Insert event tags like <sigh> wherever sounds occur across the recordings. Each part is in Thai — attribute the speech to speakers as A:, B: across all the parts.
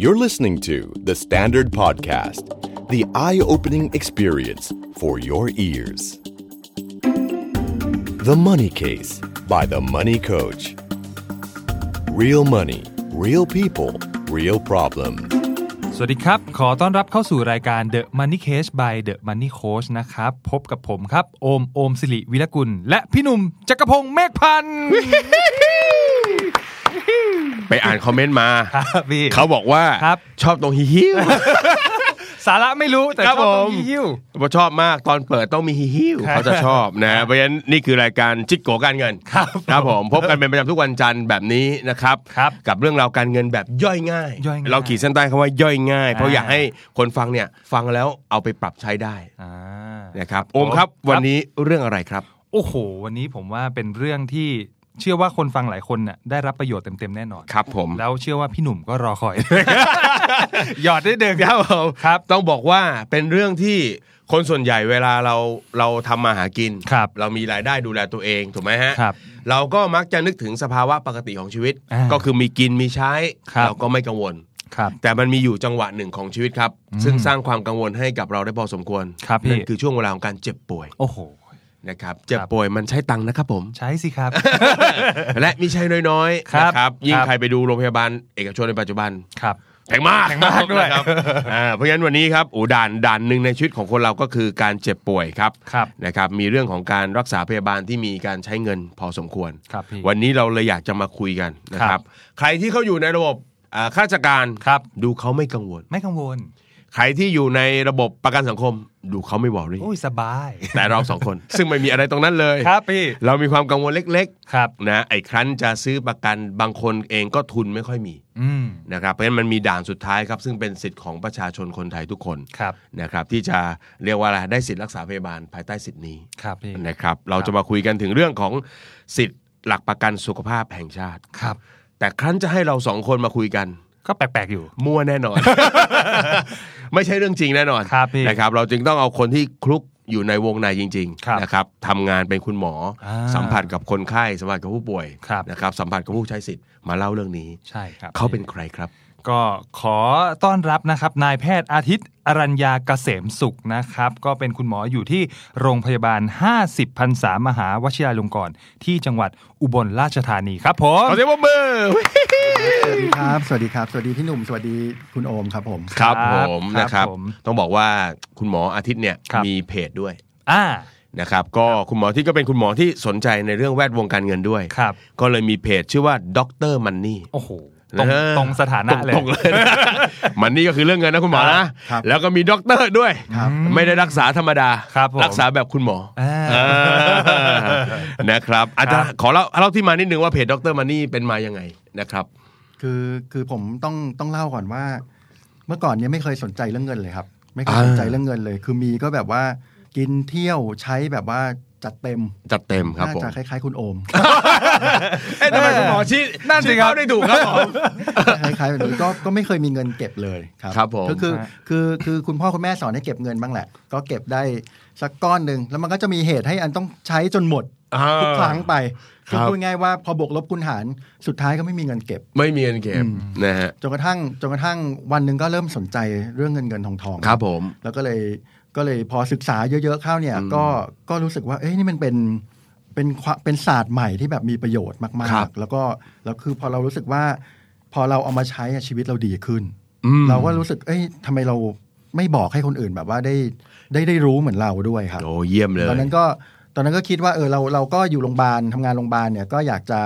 A: You're listening to The Standard Podcast, the eye opening experience for your ears. The Money Case by The Money Coach. Real money, real people, real problem.
B: สวัสดีครับ ขอต้อนรับเข้าสู่รายการ The Money Case by The Money Coach นะครับ พบกับผมครับ โอม โอมสิริวิรกุล และพี่หนุ่มจักรพงศ์เมฆพันธ์
C: <laughs> ไปอ่านคอมเมนต์มา
B: ครับพี่
C: เขาบอกว่า
B: ครับ
C: ชอบตรงฮิฮิว <laughs>
B: สาระไม่รู้แต่ช
C: ครั
B: อบบ ตรง
C: ผม
B: นี้หิ้ว
C: ว่าชอบมากตอนเปิดต้องมีฮิฮิว
B: ครับ
C: เขาจะชอบนะเพราะฉะนั้นนี่คือรายการจิตโกการเงิน
B: ครับ
C: ครับผมพบกันเป็นประจำทุกวันจันทร์แบบนี้นะครับ
B: ครับ
C: กับเรื่องราวการเงินแบบย่อยง่าย
B: ย่อยง่าย
C: เราขีดเส้นใต้คำว่าย่อยง่าย เพราะ
B: อ่า
C: อยากให้คนฟังเนี่ยฟังแล้วเอาไปปรับใช้ได้
B: อ่า
C: นะครับโอมครับ
B: ครับ
C: วันนี้เรื่องอะไรครับ
B: โอ้โห วันนี้ผมว่าเป็นเรื่องที่เชื่อว่าคนฟังหลายคนน่ะได้รับประโยชน์เต็มๆแน่นอน
C: ครับผม
B: แล้วเชื่อว่าพี่หนุ่มก็รอคอย <laughs> หยอดได้เดิม
C: ครับผม
B: ครับ
C: ต้องบอกว่าเป็นเรื่องที่คนส่วนใหญ่เวลาเราเราทำมาหากิน
B: ครับ
C: เรามีรายได้ดูแลตัวเองถูกไหมฮะ
B: ครับ
C: เราก็มักจะนึกถึงสภาวะปกติของชีวิต
B: อ่า
C: ก็คือมีกินมีใช้
B: ครับ
C: เราก็ไม่กังวล
B: ครับ
C: แต่มันมีอยู่จังหวะหนึ่งของชีวิตครับ
B: อืม
C: ซึ่งสร้างความกังวลให้กับเราได้พอสมควร
B: ครับพี่
C: นั่นคือช่วงเวลาของการเจ็บป่วย
B: โอ้โห
C: นะครับเจ็บป่วยมันใช้ตังค์นะครับผม
B: <laughs> ใช้สิ
C: <laughs>
B: ครับ
C: และมีใช้น้อย
B: ครับ
C: ๆนะครับยิ่
B: ค
C: ง
B: รับ
C: ใครไปดูโรงพยาบาลเอกชนในปัจจุบัน
B: ครับ
C: แพงมาก
B: แพงมากด้วย
C: นะครับอ่าเพราะฉะนั้นวันนี้ครับโอ้ด่านด่านหนึ่งในชีวิตของคนเราก็คือการเจ็บป่วยครับ
B: ครับ
C: นะครับมีเรื่องของการรักษาพยาบาลที่มีการใช้เงินพอสมควร
B: ครับพี่
C: วันนี้เราเลยอยากจะมาคุยกันนะค
B: ครั
C: รับ บ ใครที่เขาอยู่ในระบบอ่าข้าราชการ
B: ครับ
C: ดูเขาไม่กังวล
B: ไม่กังวล
C: ใครที่อยู่ในระบบประกันสังคม ดูเขาไม่บอกเลย
B: อุ้ยสบาย
C: แต่เราสองคน <laughs> ซึ่งไม่มีอะไรตรงนั้นเลย
B: ครับพี่
C: เรามีความกังวลเล็ก
B: ครับ
C: ๆนะไอ้ครั้นจะซื้อประกันบางคนเองก็ทุนไม่ค่อยมี
B: อืม
C: นะครับเพราะฉะนั้นมันมีด่านสุดท้ายครับซึ่งเป็นสิทธิ์ของประชาชนคนไทยทุกคน
B: ครับ
C: นะครับที่จะเรียกว่าอะไรได้สิทธิ์รักษาพยาบาลภายใต้สิทธินี้
B: ครับพี่
C: นะครับเราจะมาคุยกันถึงเรื่องของสิทธิ์หลักประกันสุขภาพแห่งชาติ
B: ครับ
C: แต่ครั้นจะให้เราสองคนมาคุยกัน
B: ก็แปลกๆอยู่
C: มั่วแน่
B: <laughs>
C: นอน ไม่ใช่เรื่องจริงแน่นอน
B: ครับพี่
C: นะครับเราจึงต้องเอาคนที่คลุกอยู่ในวงในจริง
B: ครับ
C: ๆนะครับทำงานเป็นคุณหมออา สัมผัสกับคนไข้สัมผัสกับผู้ป่วย
B: ครับ
C: นะครับสัมผัสกับผู้ใช้สิทธิ์มาเล่าเรื่องนี้
B: ใช่ครับ
C: เขาเป็นใครครับ
B: ก็ขอต้อนรับนะครับ นายแพทย์อาทิตย์ อรัญญาเกษมสุขนะครับ ก็เป็นคุณหมออยู่ที่โรงพยาบาล 50พรรษามหาวชิราลงกรณ์ที่จังหวัดอุบลราชธานีครับผม
C: ขอเสียงปรบมือ
D: สวัสดีครับ สวัสดีครับ สวัสดีพี่หนุ่ม สวัสดีคุณโอมครับผม
C: ครับ
B: ค
C: ผ
B: รับ
C: มนะครับ
B: ผม
C: ต้องบอกว่าคุณหมออาทิตย์เนี่ย
B: ครับ
C: มีเพจด้วย
B: อ่า
C: นะครับ ก็คุณหมอที่ก็เป็นคุณหมอที่สนใจในเรื่องแวดวงการเงินด้วย
B: ครับ
C: ก็เลยมีเพจชื่อว่าด็อกเตอร์มันนี่
B: โอ้โห ตรง
C: นะฮะ
B: ตรงสถานะเลย
C: ตรงๆเลยนะ มันนี่ก็คือเรื่องเงินนะคุณหมอนะ
D: ครับ
C: แล้วก็มีด็อกเตอร์ด้วย
D: ครับ
C: ไม่ได้รักษาธรรมดา
B: ครับผม
C: รักษาแบบคุณหมอ
B: อ่า
C: เออนะครับอาจารย์
B: ครับ
C: ขอเล่าเล่าที่มานิดนึงว่าเพจด็อกเตอร์มันนี่เป็นมายังไงนะครับ
D: คือคือผมต้องต้องเล่าก่อนว่า เมื่อก่อนเนี้ยไม่เคยสนใจเรื่องเงินเลยครับ ไม่เคยสนใจเรื่องเงินเลย คือมีก็แบบว่ากินเที่ยวใช้แบบว่าจัดเต็ม
C: จัดเต็มครับ
D: น่า
C: ผม
D: จะคล้ายๆคุณโอม <laughs>
C: เอ๊ะทำไมคุณหมอชี้
B: นั่นสิ
C: ชี้
B: ครับ
C: เป้าได้ถูกครับผม
D: คล้ายๆแบบนี้ก็ก็ไม่เคยมีเงินเก็บเลยครับ
C: ครับผม
D: ก็คือ
B: ฮะ
D: คือคือคุณพ่อคุณแม่สอนให้เก็บเงินบ้างแหละ ก็เก็บได้สักก้อนหนึ่งแล้วมันก็จะมีเหตุให้อันต้องใช้จนหมดทุกครั้งไป
C: ครั
D: คือ
C: บื
D: พูดง่ายๆว่าพอบวกลบคูณหารสุดท้ายก็ไม่มีเงินเก็บ
C: <laughs> ไม่มีเงินเก็บนะฮะ
D: จนกระทั่งจนกระทั่งวันหนึ่งก็เริ่มสนใจเรื่องเงินเงินทองทอง
C: ครับผม
D: แล้วก็เลยก็เลยพอศึกษาเยอะๆเข้าเนี่ย
C: อืม
D: ก็ก็รู้สึกว่าเอ้ยนี่มันเป็นเป็นควะเป็นศาสตร์ใหม่ที่แบบมีประโยชน์มา
C: ครั
D: ก
C: บ
D: ๆ แล้วก็แล้วคือพอเรารู้สึกว่า พอเราเอามาใช้อะชีวิตเราดีขึ้น
C: อืม
D: เราก็รู้สึกเอ้ยทำไมเราไม่บอกให้คนอื่นแบบว่าได้ได้ได้รู้เหมือนเราด้วยครับ
C: โอ้เยี่ยมเลย
D: ตอนนั้นก็ตอนนั้นก็คิดว่าเออเราเราก็อยู่โรงพยาบาลทำงานโรงพยาบาลเนี่ยก็อยากจะ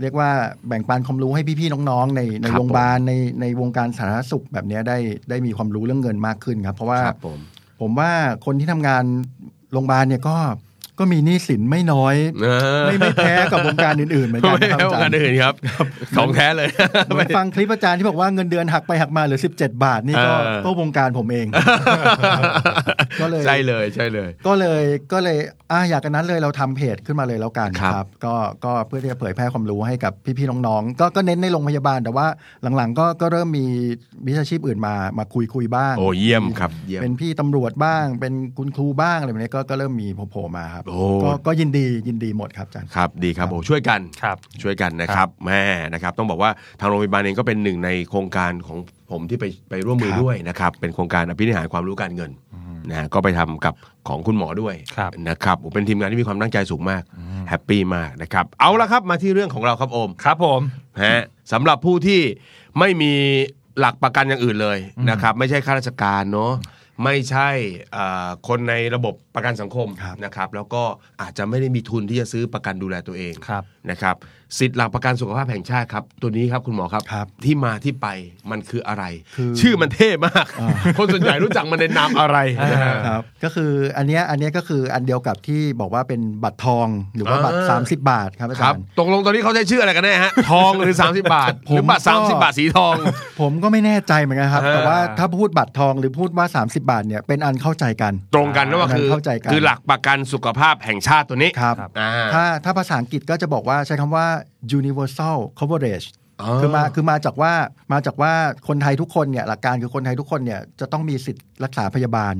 D: เรียกว่าแบ่งปันความรู้ให้พี่ๆน้องๆ ในใน
C: ครับ
D: โรงพยาบาลในในวงการสาธารณสุขแบบเนี้ยได้ได้มีความรู้เรื่องเงินมากขึ้นครับ เพราะว่า
C: ครับผม
D: ผมว่าคนที่ทำงานโรงพยาบาลเนี่ยก็ก็มีหนี้สินไม่น้อย
C: เออ
D: ไม่ไม่แพ้กับวงการอื่นๆเหมือนกัน
C: ไม่
D: นะครับ
C: เอา
D: อาจาร
C: กัน
D: ย์
C: อื่นครับของแท้เลย
D: เหมือนฟังคลิปอาจารย์ที่บอกว่าเงินเดือนหักไปหักมาเหลือ17 บาทนี่ก็
C: เออ
D: ก็วงการผม
C: <laughs>
D: เอง ก็เลย
C: ใช่เลยใช่เลย
D: ก็เลยก็เลยอ่ะอยากกันนั้นเลยเราทำเพจขึ้นมาเลยแล้วกัน
C: ครับ
D: ครับก็ก็เพื่อที่จะเผยแพร่ความรู้ให้กับพี่ๆน้องๆก็ก็เน้นในโรงพยาบาลแต่ว่าหลังๆ ก็ก็เริ่มมีวิชาชีพอื่นมามาคุยคุยบ้าง
C: โอ้เยี่ยมครับเยี่ยม
D: เป็นพี่ตำรวจบ้าง เป็นคุณครูบ้างอะไรแบบนี้ก็ก็เริ่มมีโผล่ๆมาครับ
C: โอ้ โอ้
D: ก็ก็ยินดียินดีหมดครับอาจารย์
C: ครับดีครับโอ้ช่วยกัน
B: ครับ
C: ช่วยกันนะครับแม่นะครับต้องบอกว่าทางโรงพยาบาลเองก็เป็นหนึ่งในโครงการของผมที่ไปไปร่วมมือ
D: ครับ
C: ด้วยนะครับ เป็นโครงการอภินิหารความรู้การเงินนะฮะก็ไปทำกับของคุณหมอด้วย
B: ครับ
C: นะครับโอ้เป็นทีมงานที่มีความตั้งใจสูงมากแฮปปี้มากนะครับเอาละครับมาที่เรื่องของเราครับโอม
B: ครับผม
C: ฮะสำหรับผู้ที่ไม่มีหลักประกันอย่างอื่นเลยนะครับ ไม่ใช่ข้าราชการเนาะไม่ใช่เอ่อคนในระบบประกันสังคม
D: ครับ
C: นะครับ แล้วก็อาจจะไม่ได้มีทุนที่จะซื้อประกันดูแลตัวเอง
B: ครับ
C: นะครับ สิทธิ์หลักประกันสุขภาพแห่งชาติครับ ตัวนี้ครับคุณหมอครับ
D: ครับ
C: ที่มาที่ไปมันคืออะไร
D: คือ
C: ชื่อมันเท่มาก
D: อ่า
C: <laughs> คนส่วนใหญ่รู้จักมันในนามอะไรนะฮะ
D: ครับก็คืออันเนี้ยอันเนี้ยก็คืออันเดียวกับที่บอกว่าเป็นบัตรทองหรือว่าบัตร
C: อ่า
D: 30 บาทครับอา
C: ค
D: จา
C: รับ
D: รย์
C: ตกลงตอนนี้เขาใช้ชื่ออะไรกันแน่ฮะทองหรือ 30 บาทหรือบัตร
D: ผมก็
C: 30 บาทสีทอง
D: ผมก็ไม่แน่ใจเหมือนกันครับ
C: เออ
D: แต่ว่าถ้าพูดบัตรทองหรือพูดว่า 30 บาทเนี่ยเป็นอันเข้าใจกัน
C: ตรงกันนะว่าคือ
D: เข้าใจกัน
C: คือหลักประกันสุขภาพแห่งชาติตัวนี้
D: ครับ
C: อ่า
D: ถ้าถ้าภาษาอังกฤษก็จะบอกว่าใช้คำว่า universal coverage
C: อ๋อ
D: คือมาคือมาจากว่ามาจากว่าคนไทยทุกคนเนี่ยหลักการคือคนไทยทุกคนเนี่ยจะต้องมีสิทธิ์รักษาพยาบาล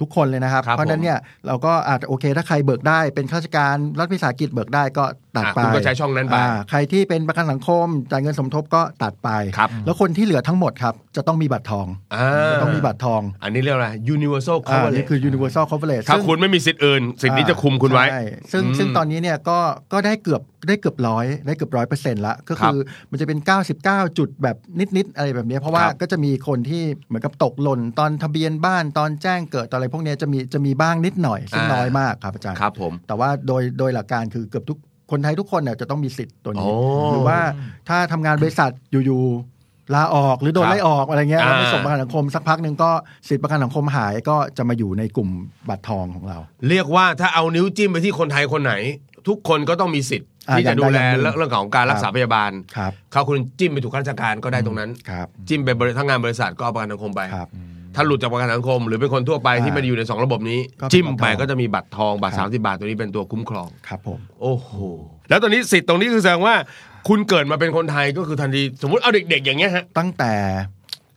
D: ทุกคนเลยนะครับ
C: ครับ
D: เพราะฉะนั้นเนี่ยเราก็อาจจะโอเคถ้าใครเบิกได้เป็นข้าราชการรัฐวิสาหกิจเบิกได้ก็ตัด
C: อ่ะ
D: ไป
C: คุณก็ใช้ช่องนั้นไป
D: าใครที่เป็นประกันสังคมจ่ายเงินสมทบก็ตัดไป
C: ครับ
D: แล้วคนที่เหลือทั้งหมดครับจะต้องมีบัตรทอง
C: อ่า
D: จะต้องมีบัตรทอง
C: อันนี้เรียกอะไร universal
D: อ่านี่
C: coverage
D: คือ universal coverage
C: ถ้า
D: ซึ่ง
C: คุณไม่มีสิทธิ์อื่น สิทธิ์นี้จะคุมคุณไว้
D: ใช่ซึ่ง
C: อืม
D: ซึ่งตอนนี้เนี่ยก็ก็ได้เกือบได้เกือบร้อยได้เกือบร้อยเปอร์เซ็นต์ละก็คือมันจะเป็น 99 จุดแบบนิด ๆ อะไรแบบเนี้ยเพราะว่า
C: ครับ
D: ก็จะมีคนที่เหมือนกับตกหล่นตอนทะเบียนบ้านตอนแจ้งเกิดตอนอะไรพวกเนี้ยจะมีจะมีบ้างนิดหน่อย ซึ่ง
C: อ่า
D: น้อยมากครับอาจารย์
C: ครับผม
D: แต่ว่าโดยโดยหลักการคือเกือบทุกคนไทยทุกคนเนี่ยจะต้องมีสิทธิ์ตัวนี้
C: โอ้
D: หรือว่าถ้าทำงานบริษัทอยู่ๆลาออกหรือโดน
C: ครับ
D: ไล่ออกอะไรเงี้ย
C: อ่า
D: แล้วไม่ส่งประกันสังคมสักพักหนึ่งก็สิทธิประกันสังคมหายก็จะมาอยู่ในกลุ่มบัตรทองของเรา
C: เรียกว่าถ้าเอานิ้วจิ้มไปที่คนไทยคนไหน ทุกคนก็ต้องมีสิทธิ์
D: อ่า
C: ที่
D: อย่า
C: จะ
D: งใด
C: ดูแล
D: อย่างหนึ่ง
C: เรื่องของการรักษาพยาบาล
D: ครับ
C: เขาคุณจิ้มไปถูกข้าราชการก็ได้ตรงนั้น
D: ครับ
C: จิ้มไปบริทั้งงานบริษัทก็เอาประกันสังคมไป
D: ครับ
C: ถ้าหลุดจากประกันสังคม หรือเป็นคนทั่วไปที่
D: อ่า
C: ไมันอยู่ในสองระบบนี้
D: ก็เป็น
C: จิ้มไป
D: บัตรทอง
C: ก็จะมีบัตรทองบัตร
D: ครับ
C: 30 บาทตัวนี้เป็นตัวคุ้มครอง
D: ครับผม
C: โอ้โห แล้วตอนนี้สิทธิ์ตรงนี้คือแสดงว่า คุณเกิดมาเป็นคนไทยก็คือทันทีสมมติเอาเด็กๆ อย่างเงี้ยฮะ
D: ตั้งแต่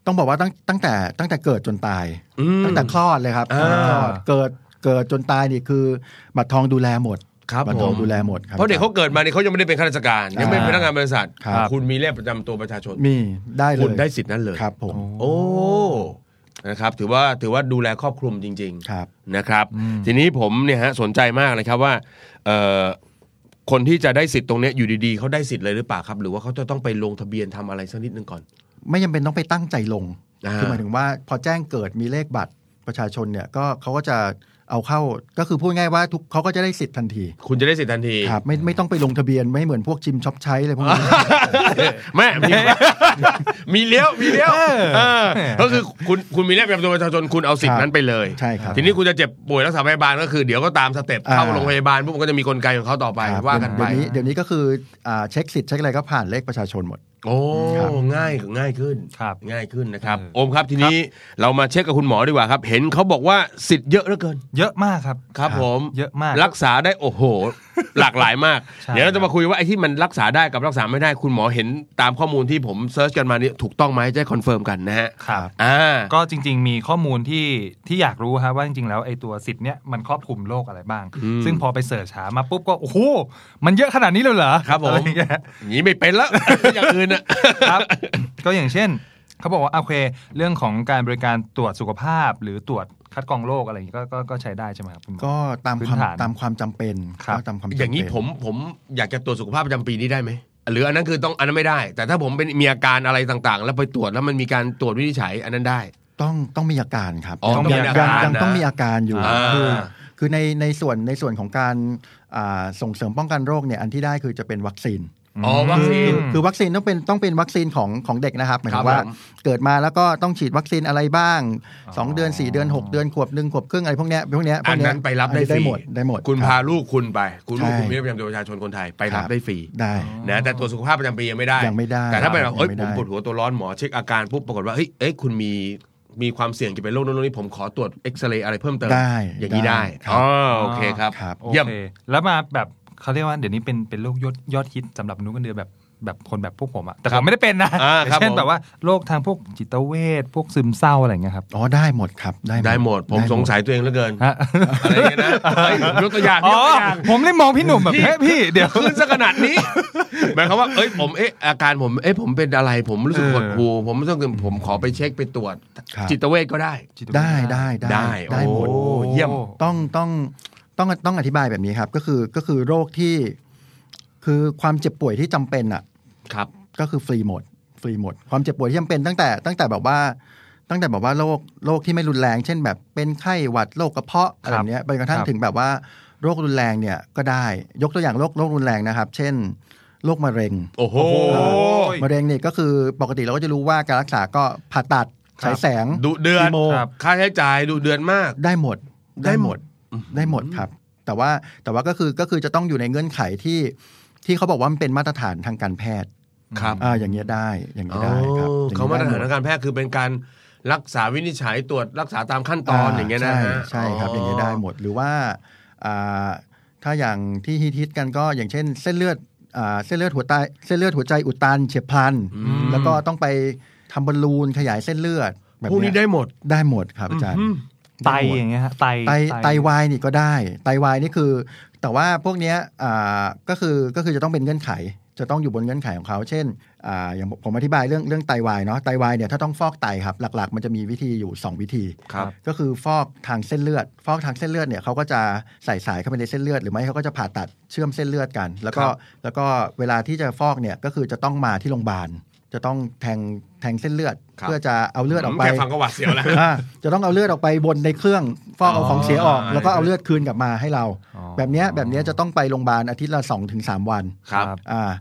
D: ต้องบอกว่าตั้งตั้งแต่ตั้งแต่เกิดจนตาย
C: อืม
D: ตั้งแต่คลอดเลยครับ
C: อ่า
D: ตั้งแต่คลอดเกิดเกิดจนตายนี่คือ บัตรทองดูแลหมด
C: ครับ
D: ตร
C: ผ
D: ทอง
C: ม
D: ดูแลหมดครับ
C: เพราะเด็กเขาเกิดมาเนี่ยเขายังไม่ได้เป็นข้าราชการ ยังไม่เป็นพนักงานบริษัท
D: ครับ
C: คุณมีเลขประจำตัวประชาชน
D: มีได้เลย
C: คุณได้สิทธิ์นั้นเลย
D: ครับผม
C: โอ้นะครับ ถือว่าถือว่าดูแลครอบคลุมจริง ๆ
D: ครับ
C: นะครับ ทีนี้ผมเนี่ยฮะสนใจมากเลยครับว่าเอ่อคนที่จะได้สิทธิ์ตรงเนี้ยอยู่ดีๆเขาได้สิทธิ์เลยหรือเปล่าครับ หรือว่าเขาจะต้องไปลงทะเบียนทำอะไรสักนิดนึงก่อน
D: ไม่จำเป็นต้องไปตั้งใจลง
C: อ่า
D: คือหมายถึงว่าพอแจ้งเกิดมีเลขบัตรประชาชนเนี่ยก็เขาก็จะเอาเข้าก็คือพูดง่ายว่าทุกเขาก็จะได้สิทธิ์ทันที
C: คุณจะได้สิทธิ์ทันที
D: ครับไม่ไม่ต้องไปลงทะเบียนไม่เหมือนพวกชิมช็อปใช้อะไรพวกนี้
C: แม่ <laughs> มีมีเลี้ยวมีเลี้ยวเออก็คือคุณคุณมีเลขประจำตัวประชาชนคุณเอาสิทธิ์นั้นไปเลย
D: ใช่ครับ
C: ทีนี้คุณจะเจ็บป่วยรักษาพยาบาลก็คือ เดี๋ยวก็ตามสเต็ปเข้า
D: อ่า
C: โรงพยาบาลพวกมันก็จะมีกลไกของเขาต่อไป
D: ครับ
C: ว่ากันไป
D: เดี๋ยวนี้เดี๋ยวนี้ก็คืออ่าเช็คสิทธิ์เช็คอะไรก็ผ่านเลขประชาชนหมด
C: โอ้
D: ครับ
C: ง่ายง่ายขึ้น
B: ครับ
C: ง่ายขึ้นนะครับ
B: เออ
C: โอมครับทีนี้เรามาเช็คกับคุณหมอดีกว่าครับ เห็นเขาบอกว่าสิทธิ์เยอะเหลือเกิน
B: เยอะมากครับ
C: ครับผม
B: เยอะมาก
C: รักษาได้โอ้โห <laughs> หลากหลายมาก
B: ใช่
C: เดี๋ยวเราจะมาคุยว่าไอ้ที่มันรักษาได้กับรักษาไม่ได้คุณหมอเห็นตามข้อมูลที่ผมเซิร์ชกันมานี่ถูกต้องไหมจะได้คอนเฟิร์มกันนะฮะ
B: ครับ
C: อ่า
B: <laughs> ก็จริง ๆ มีข้อมูลที่ที่อยากรู้ฮะว่าจริง ๆ แล้วไอ้ตัวสิทธิ์เนี้ยมันครอบคลุมโลกอะไรบ้าง
C: อืม
B: ซึ่งพอไปเสิร์ชหามาปุ๊บก็ โอ้โห มันเยอะขนาดนี้เลยเหรอ
C: ครับผ
B: อะ
C: ม
B: ไอย่างเงี้ย
C: หนีไม่เป็นแล้ว <laughs> อย่างอื่นอ่ะ
B: <laughs> ครับ ก็อย่างเช่น เขาบอกว่าโอเค เรื่องของการบริการตรวจสุขภาพหรือตรวจคัดกรองโรคอะไรอย่างนี้ก็ก็ก็ใช้ได้ใช่ไหมครับคุณหมอ
D: ก็ตาม
B: พื้
D: คน วาม
B: ฐาน
D: ตามความจำเป็น
B: ครับ
D: ก็ตามความจำเป็น
C: อย่างนี้ผมผมอยากจะตรวจสุขภาพประจำปีนี้ได้ไหมหรืออันนั้นคือต้องอันนั้นไม่ได้ แต่ถ้าผมเป็นมีอาการอะไรต่างๆ แล้วไปตรวจแล้วมันมีการตรวจวินิจฉัยอันนั้นได้
D: ต้องต้องมีอาการครับ
C: อ๋อต้องมี
D: ยั
C: อา
D: ยั
C: การ
D: ยัง
C: นะ
D: ต้องมีอาการอยู่
C: อ่า
D: คือคือในในส่วนในส่วนของการอ่าส่งเสริมป้องกันโรคเนี่ยอันที่ได้คือจะเป็นวัคซีน
C: อ๋อวัคซีน
D: คือคือวัคซีนต้องเป็นต้องเป็นวัคซีนของของเด็กนะครับหมาย
C: ครั
D: ถึ
C: บ
D: งว่า
C: ผม
D: เกิดมาแล้วก็ต้องฉีดวัคซีนอะไรบ้าง 2 เดือน 4 เดือน 6 เดือนขวบหนึ่งขวบครึ่งอะไรพวกเนี้ยพวกเนี้ยพว
C: อั
D: ก
C: น
D: เย
C: นั้นไปรับได้
D: อันนี้
C: ฟรี
D: หมดได้หมด
C: คุณ
D: รับ
C: พาลูกคุณไป คุณลูก
D: ใช่
C: คุณมีเลขประจำตัวประชาชนคนไทยไปรับได้ฟรี
D: ได้
C: นะแต่ตรวจสุขภาพประจำปียังไม่ได้
D: ยังไม่ได้
C: แต่ถ้าไปแบบเอ้ย
D: ยั
C: ผ
D: งไม่ได้
C: มปวดหัวตัวร้อนหมอเช็คอาการปุ๊บปรากฏว่าเฮ้ยเอ้ยคุณมีมีความเสี่ยงจะเป็นโรคโน้นโรคนี้ผมขอตรวจเอ็กซเรย์อะไรเพิ่มเติม
D: ได้
C: อย่างนี้ได้
D: ครั
C: อ๋อบ โอเคครับ
D: ครับ
B: โอ
C: เยี่ยม
B: เค แล้วมาแบบเขาเรียกว่าเดี๋ยวนี้เป็นเป็นโรคยอดยอดฮิตสำหรับมนุษย์เงินเดือนแบบ แบบคนแบบพวกผมอะแต่ผมไม่ได้เป็นนะ
C: อ่า
B: แต่
C: ครับ
B: เช่น
C: ผม
B: แบบว่าโรคทางพวกจิตเวชพวกซึมเศร้าอะไรอย่างเงี้ยครับ
D: อ๋อได้หมดครับได้
C: ได้หมด ผม
D: ไห
C: สงสัยตัวเองเหลือเกิน
B: ฮะ
C: อะไรอย่างเงี้ยนะเฮ้ยยกตัวอย่าง
B: อ๋
C: ย
B: อก
C: ตัวอย่าง
B: ผมเลยมองพี่หนุ่มแบบเฮ้ยพี่เดี๋ยว
C: ขึ้นซะขนาดนี้หมายความว่าเอ้ยผมเอ๊ะอาการผมเอ๊ะผมเป็นอะไร ผมรู้สึก
B: เออ
C: ปวดหูผมรู้สึกผมขอไปเช็คไปตรวจ
D: ครับ
C: จิตเวชก็ได้
D: ได้ได้ได้
C: ได้
D: ได้หมด
C: โอ้เยี่ยม
D: ต้องต้องต้องต้องอธิบายแบบนี้ครับ ก็คือก็คือโรคที่ คือความเจ็บป่วยที่จำเป็นอ่ะ
C: ครับ
D: ก็คือฟรีหมดฟรีหมด ความเจ็บป่วยที่จำเป็นตั้งแต่ตั้งแต่แบบว่าตั้งแต่แบบว่าโรคโรคที่ไม่รุนแรง เช่นแบบเป็นไข้หวัดโรคกระเพาะอะไรแบบเนี้ยไปกระทั่ง
B: ครับ
D: ถึงแบบว่าโรครุนแรงเนี่ยก็ได้ยกตัวอย่างโรคโรครุนแรงนะครับ เช่นโรคมะเร็ง
C: โอ้โห
B: โอ้ย
D: มะเร็งเนี่ยก็คือปกติเราก็จะรู้ว่าการรักษาก็ผ่าตัดฉายแสง
C: ดุเดือน
D: คีโม
B: ครับ
C: ค่าใช้จ่ายดุเดือนมาก
D: ได้หมด
C: ได้หมด
D: ได้หมดครับ แต่ว่าแต่ว่าก็คือก็คือจะต้องอยู่ในเงื่อนไขที่ที่เขาบอกว่ามันเป็นมาตรฐานทางการแพทย์
C: ครับ
D: อ่าอย่างเงี้ยได้อย่างเงี้ยได้ครับ
C: อ๋อ
D: อย่งงี้ย
C: เขามาตรฐาน
D: ได้หด
C: ทางการแพทย์คือเป็นการรักษาวินิจฉัยตรวจรักษาตามขั้นตอนอย่างเงี้ยนะฮะ
D: ใช่ใช่ครับอย่างเงี้ยได้หมดหรือว่าอ่าถ้าอย่างที่ฮิตๆกันก็อย่างเช่น เส้นเลือดอ่าเส้นเลือดหัวใจเส้นเลือดหัวใจอุดตันเฉียบพลัน
C: อืม
D: แล้วก็ต้องไปทำบอลลูนขยายเส้นเลือดแบบ
C: พวกนี้
D: เย
C: ได้หมด
D: ได้หมดครับอาจารย์
C: อืม
B: ไต
D: ด้หมด
B: อย่างเงี้ยฮะไต
D: ไตไตวายนี่ก็ได้ไตวายนี่คือ แต่ว่าพวกเนี้ยอ่าก็คือก็คือจะต้องเป็นเงื่อนไข จะต้องอยู่บนเงื่อนไขของเขา เช่นอ่าอย่างผมผมอธิบายเรื่องเรื่องไตวายเนาะไตวายเนี่ยถ้าต้องฟอกไตครับหลัก ๆ มันจะมีวิธีอยู่สองวิธี
C: ครับ
D: ก็คือฟอกทางเส้นเลือด ฟอกทางเส้นเลือดเนี่ยเขาก็จะใส่สายเข้าไปในเส้นเลือด หรือไม่เขาก็จะผ่าตัดเชื่อมเส้นเลือดกัน แล้วก็
C: ครับ
D: แล้วก็เวลาที่จะฟอกเนี่ยก็คือจะต้องมาที่โรงพยาบาล จะต้องแทงแทงเส้นเลือด เพื่อจะเอาเลือดออกไป
C: แค่ฟังก็หวาดเสียวแล้ว
D: อ่าจะต้องเอาเลือดออกไปบนในเครื่องฟอกเอาของเสียออก
C: อ๋อ
D: แล้วก็เอาเลือดคืนกลับมาให้เรา
B: อ๋อ
D: แบบเนี้ยแบบเนี้ยจะต้องไปโรงพยาบาลอาทิตย์ละ2อถึงสวัน
C: ครับ
D: อ่า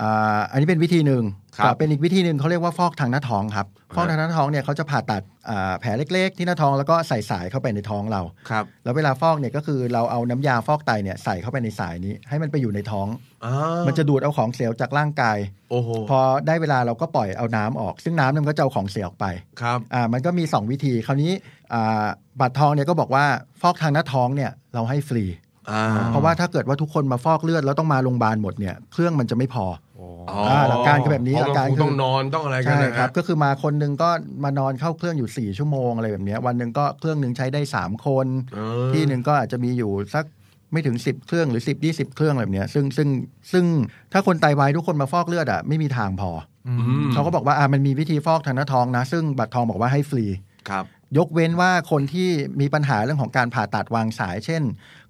D: อ่าอันนี้เป็นวิธีหนึ่ง
C: ครับ
D: แต่เป็นอีกวิธีหนึ่งเขาเรียกว่าฟอกทางหน้าท้องครับฟอกทางหน้าท้องเนี่ยเขาจะผ่าตัดอ่าแผลเล็ก ๆ ที่หน้าท้องแล้วก็ใส่สายเข้าไปในท้องเรา
C: ครับ
D: แล้วเวลาฟอกเนี่ยก็คือเราเอาน้ำยาฟอกไตเนี่ยใส่เข้าไปในสายนี้ ให้มันไปอยู่ในท้อง
C: อ่า
D: มันจะดูดเอาของเสียออกจากร่างกาย
C: โอ้โห
D: พอได้เวลาเราก็ปล่อยเอาน้ำออก ซึ่งน้ำเนี่ยมันก็จะเอาของเสียออกไป
C: ครับ
D: อ่ามันก็มี 2 วิธี คราวนี้อ่าบัตรทองเนี่ยก็บอกว่าฟอกทางหน้าท้องเนี่ยเราให้ฟรี
C: อ่า
D: เพราะว่าถ้าเกิดว่าทุกคนมาฟอกเลือดแล้วต้องมาโรงพยาบาลหมดเนี่ยเครื่องมันจะไม่พอ
B: โอ้
C: อ๋อ
D: อ่าหลักการคือแบบนี้
C: เพะ
D: หลักการ
C: มันคงต้อง
D: คือ
C: นอนต้องอะไรกัน
D: ใช่
C: นะฮะ
D: ครับ ก็คือมาคนหนึ่งก็มานอนเข้าเครื่องอยู่ 4 ชั่วโมงอะไรแบบเนี้ยวันหนึ่งก็เครื่องหนึ่งใช้ได้ 3 คน
C: เออ
D: ที่หนึ่งก็อาจจะมีอยู่สักไม่ถึง 10 เครื่องหรือ 10 20 เครื่องแบบเนี้ยซึ่งซึ่งซึ่งถ้าคนไตวายทุกคนมาฟอกเลือดอ่ะไม่มีทางพอ
B: อื
C: อื
B: ม
C: ม
D: อเขาก็บอกว่าอ่ะมันมีวิธีฟอกทางหน้าท้องนะ ซึ่งบัตรทองบอกว่าให้ฟรี
C: ครับ
D: ยกเว้นว่าคนที่มีปัญหาเรื่องของการผ่าตัดวางสาย เช่น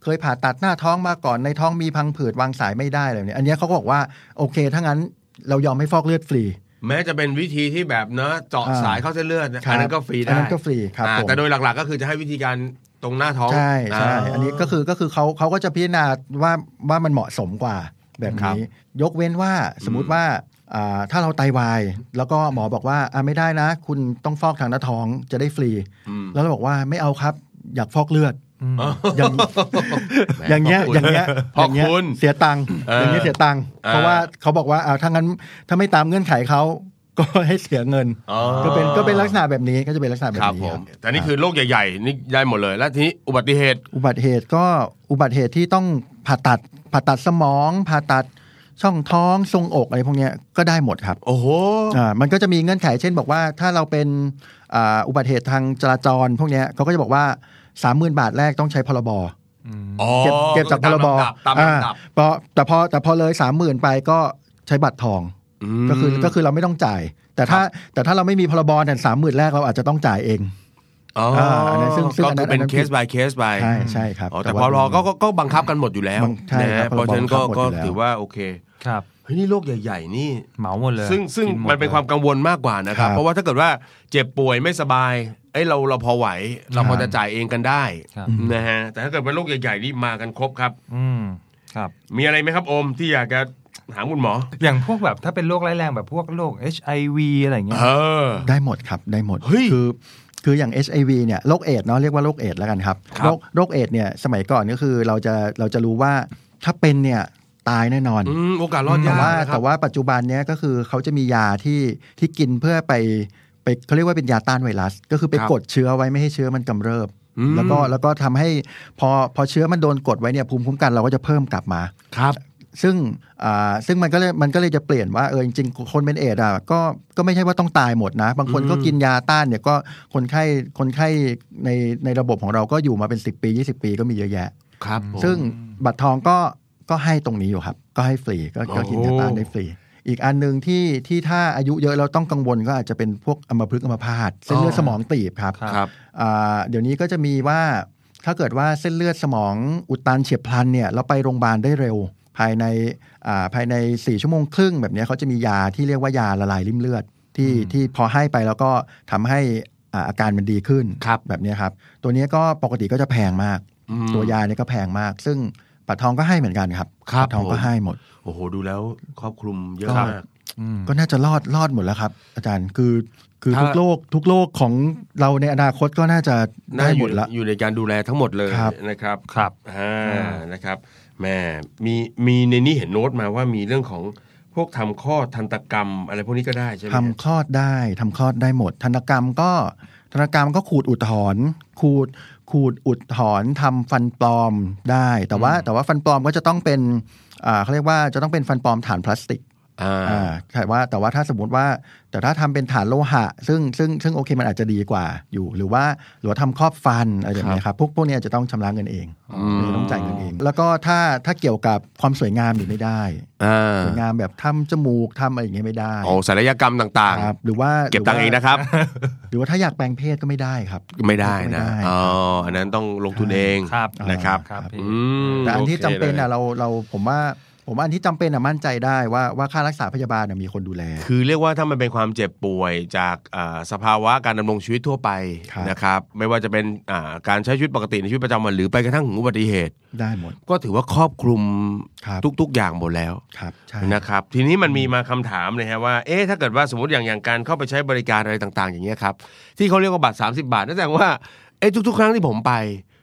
D: เคยผ่าตัดหน้าท้องมาก่อนในท้องมีพังผืดวางสายไม่ได้อะไรแบบเนี้ยอันเนี้ยเขาก็บอกว่าโอเคถ้างั้นเรายอมให้ฟอกเลือดฟรี
C: แม้จะเป็นวิธีที่แบบเนอะเจาะ
D: อ่า
C: สายเข้าเส้นเลือดนะครับ อันนั้นก็ฟรีได้อั
D: อันนั้นก็ฟรีครับผม
C: แต่โดยหลักๆก็คือจะให้วิธีการตรงหน้าท้อง
D: ใช่ใช่
C: า
D: อันนี้ก็คือก็คือเขาเขาก็จะพิจารณาว่าว่ามันเหมาะสมกว่าแบบ
C: ครับ
D: นี้ ยกเว้นว่าสมมุติว่าอ่าถ้าเราไตวาย แล้วก็หมอบอกว่าอ่าไม่ได้นะ คุณต้องฟอกทางหน้าท้องจะได้ฟรี
C: อืม
D: แล้วเราบอกว่าไม่เอาครับ อยากฟอกเลือด
B: อ๋อ
D: อย่าง
C: แหม
D: อย่างเงี้ย
C: ขบคุณ
D: อย่างเงี้ย
C: ขอบ
D: ย่างเงี้ย
C: คุณ
D: เสียตังค์
C: เออ
D: อ
C: อย่าง
D: เงี้ยเสียตังค์
C: อ่า
D: เพราะว่าเขาบอกว่าอ้าวถ้างั้นถ้าไม่ตามเงื่อนไขเขา <laughs> ก็ให้เสียเงิน
C: อ๋อ
D: ก็เป็นก็เป็นลักษณะแบบนี้ก็จะเป็นลักษณะแบบ
C: ครับ
D: นี้
C: ผ
D: ครั
C: ม
D: บ
C: แต่นี่คือโรคใหญ่ๆนี่ได้หมดเลย แล้วทีนี้อุบัติเหตุ
D: อุบัติเหตุก็อุบัติเหตุที่ต้องผ่าตัดผ่าตัดสมอง ผ่าตัดช่องท้องทรงอกอะไรพวกเนี้ยก็ได้หมดครับ
C: โอ้โห
D: อ่ามันก็จะมีเงื่อนไขเช่นบอกว่าถ้าเราเป็นอ่าอุบัติเหตุทางจราจร พวกเนี้ยเขาก็จะบอกว่า 30,000 บาทแรกต้องใช้พรบ
C: อ๋อ
D: เก็บเก็บจากพรบ
C: ตามลำดับตาม
D: อ่า
C: ลำดับ
D: พอแต่พอแต่พอเลย 30,000 ไปก็ใช้บัตรทองก็คือก็คือเราไม่ต้องจ่าย แต่ถ้าแต่ถ้าเราไม่มีพรบเนี่ยสามหมื่นแรกเราอาจจะต้องจ่ายเอง
C: อ๋ออน
D: นั้นซึ่งซึ่ง
C: ก็คือ
D: อันนั้น
C: เป็น
D: อันนั้น
C: เคส by เคส by
D: ใช่ใช่ครับ
C: อ๋อ
D: แต่
C: แต่พ
D: ว่า
C: อรอก็ก็ก็บังคับกันหมดอยู่แล้ว
D: บังใช่
C: นะครับ ฮะเพราะฉะนั้นก็
D: บังคับหมด
C: ก็
D: อยู่แล้ว
C: ถือว่าโอเค
B: ครับ
C: เฮ้ยนี่โรคใหญ่ ๆ นี่
B: เหมาหมดเลย
C: ซึ่งซึ่ง
B: กิหด
C: มันเป็น
B: ลย
C: ความกังวลมากกว่านะครับ
D: ครับ
C: เพราะว่าถ้าเกิดว่าเจ็บป่วยไม่สบายเอ้ยเราเราพอไหว เราพอจะจ่ายเองกันได้
B: ครับ
C: นะฮะแต่ถ้าเกิดเป็นโรคใหญ่ๆนี่มากันครบครับ
B: อืมครับ
C: มีอะไรไหมครับโอมที่อยากจะถามคุณหมอ
B: อย่างพวกแบบถ้าเป็นโรคร้ายแรงแบบพวกโรค HIV อะไรอย่างเงี้ย
C: เออ
D: ได้หมดครับ ได้หมด
C: เฮ้ย
D: คือคืออย่าง HIV เนี่ยโรคเอดส์เนาะเรียกว่าโรคเอดส์แล้วกันครับ
C: ครับ
D: โรคโรคเอดส์เนี่ยสมัยก่อนก็คือเราจะเราจะรู้ว่าถ้าเป็นเนี่ยตายแน่นอน
C: อืมโอกาสรอด
D: แต่
C: ยาก
D: ว่า
C: นะครั
D: แต่
C: บ
D: ว่าปัจจุบันเนี้ยก็คือเขาจะมียาที่ที่กินเพื่อไปไปเขาเรียกว่าเป็นยาต้านไวรัส ก็คือไปกดเชื้อไว้ไม่ให้เชื้อมันกำเริบ แล้วก็แล้วก็ทำให้พอพอเชื้อมันโดนกดไว้เนี่ยภูมิคุ้มกันเราก็จะเพิ่มกลับมา
C: ครับ
D: ซึ่งอ่าซึ่งมันก็เลยมันก็เลยจะเปลี่ยนว่าเออจริงๆคนเป็นเอดส์อ่ะก็ก็ไม่ใช่ว่าต้องตายหมดนะ บางคนก็กินยาต้านเนี่ยก็คนไข้คนไข้ในในระบบของเราก็อยู่มาเป็น 10 ปี 20 ปีก็มีเยอะแยะ
C: ครับผม
D: ซึ่งบัตรทองก็ก็ให้ตรงนี้อยู่ครับ ก็ให้ฟรีก็ก็กิน
C: โอ้
D: ยาต้านได้ฟรี อีกอันหนึ่งที่ที่ถ้าอายุเยอะเราต้องกังวลก็อาจจะเป็นพวกอัมพฤกษ์อัมพาตเส้นเลือดสมองตีบครับ
B: ครับ
C: ครับ
D: อ่าเดี๋ยวนี้ก็จะมีว่าถ้าเกิดว่าเส้นเลือดสมองอุดตันเฉียบพลันเนี่ยเราไปโรงพยาบาลได้เร็ว ภายในอ่าภายใน 4 ชั่วโมงครึ่งแบบเนี้ยเขาจะมียาที่เรียกว่ายาละลายริ่มเลือด ที่ที่พอให้ไปแล้วก็ทำให้อ่าอาการมันดีขึ้น
C: ครับ
D: แบบเนี้ยครับ ตัวเนี้ยก็ปกติก็จะแพงมาก
C: อืม
D: ตัวยาเนี่ยก็แพงมาก ซึ่งปัดทองก็ให้เหมือนกันครับ
C: ครับ
D: ปัดทอง
C: ผม
D: ก็ให้หมด
C: โอ้โหดูแล้วครอบคลุมเยอะ
D: ครับ
C: มาก
B: อืม
D: ก็น่าจะรอดรอดหมดแล้วครับ อาจารย์คือคือ
C: ถ้า
D: ทุกโลกทุกโลกของเราในอนาคตก็น่าจะ
C: น่า
D: ได้
C: อ
D: หม
C: ยู่
D: ดละ
C: อยู่ในการดูแลทั้งหมดเลย
D: ครับ
C: นะครับ
B: ครับ
C: อ่า
B: อ่า
C: นะครับแหม่มีมีในนี้เห็นโน้ตมาว่ามีเรื่องของพวกทำข้อทันตกรรม อะไรพวกนี้ก็ได้ใช่ไหม
D: ทำคลอดได้ทำคลอดได้หมด ธนกรรมก็ธนกรรมก็ขูดอุดถอนขูดขูดอุดถอนทำฟันปลอมได้ แต่ว่าแต่ว่าฟันปลอมก็จะต้องเป็นอ่าเขาเรียกว่าจะต้องเป็นฟันปลอมฐานพลาสติก
C: อ่า
D: อ่าแต่ว่าแต่ว่าถ้าสมมติว่า แต่ถ้าทำเป็นฐานโลหะ ซึ่งซึ่งซึ่งโอเคมันอาจจะดีกว่าอยู่ หรือว่าหรือว่าทำครอบฟันอะไรอย่างเงี้ยครับพวกพวกเนี้ยอาจจะต้องชำระเงินเองต้องจ่ายเงินเอง แล้วก็ถ้าถ้าเกี่ยวกับความสวยงามอยู่ไม่ได้
C: อ่า
D: สวยงามแบบทำจมูกทำอะไรอย่างเงี้ยไม่ได้
C: โอ้ศัลยกรรมต่าง
D: ครับหรือว่า
C: ๆ เก็บตังค์เองนะครับ
D: หรือว่าถ้าอยากแปลงเพศก็ไม่ได้ครับ
C: ไม่ได้นะ
D: ไม่ได้
C: อ๋ออันนั้นต้องลงทุนเอง
B: ครับ
C: นะครับ
B: ครับพี่
C: อืม
D: แต่อันที่
C: โค
D: จำเป็น
C: ลย
D: อะเราเราผมว่า ผมว่าอันที่จำเป็นอะมั่นใจได้ว่าว่าค่ารักษาพยาบาลเนี่ยมีคนดูแล
C: คือเรียกว่าถ้ามันเป็นความเจ็บป่วยจากอ่าสภาวะการดำรงชีวิตทั่วไป
D: ครับ
C: นะครับ ไม่ว่าจะเป็นอ่าการใช้ชีวิตปกติในชีวิตประจำวันหรือไปกระทั่งถึงอุบัติเหตุ
D: ได้หมด
C: ก็ถือว่าครอบคลุม
D: ครับ
C: ทุก ๆ อย่างหมดแล้ว
D: ครับใช่
C: นะครับ ทีนี้มันมีมาคำถามเลยฮะว่าเอ๊ะถ้าเกิดว่าสมมติอย่างอย่างการเข้าไปใช้บริการอะไรต่างๆ อย่างเงี้ยครับ ที่เขาเรียกว่าบัตร 30 บาทนั่นแสดงว่าเอ๊ะทุก ๆ ครั้งที่ผมไป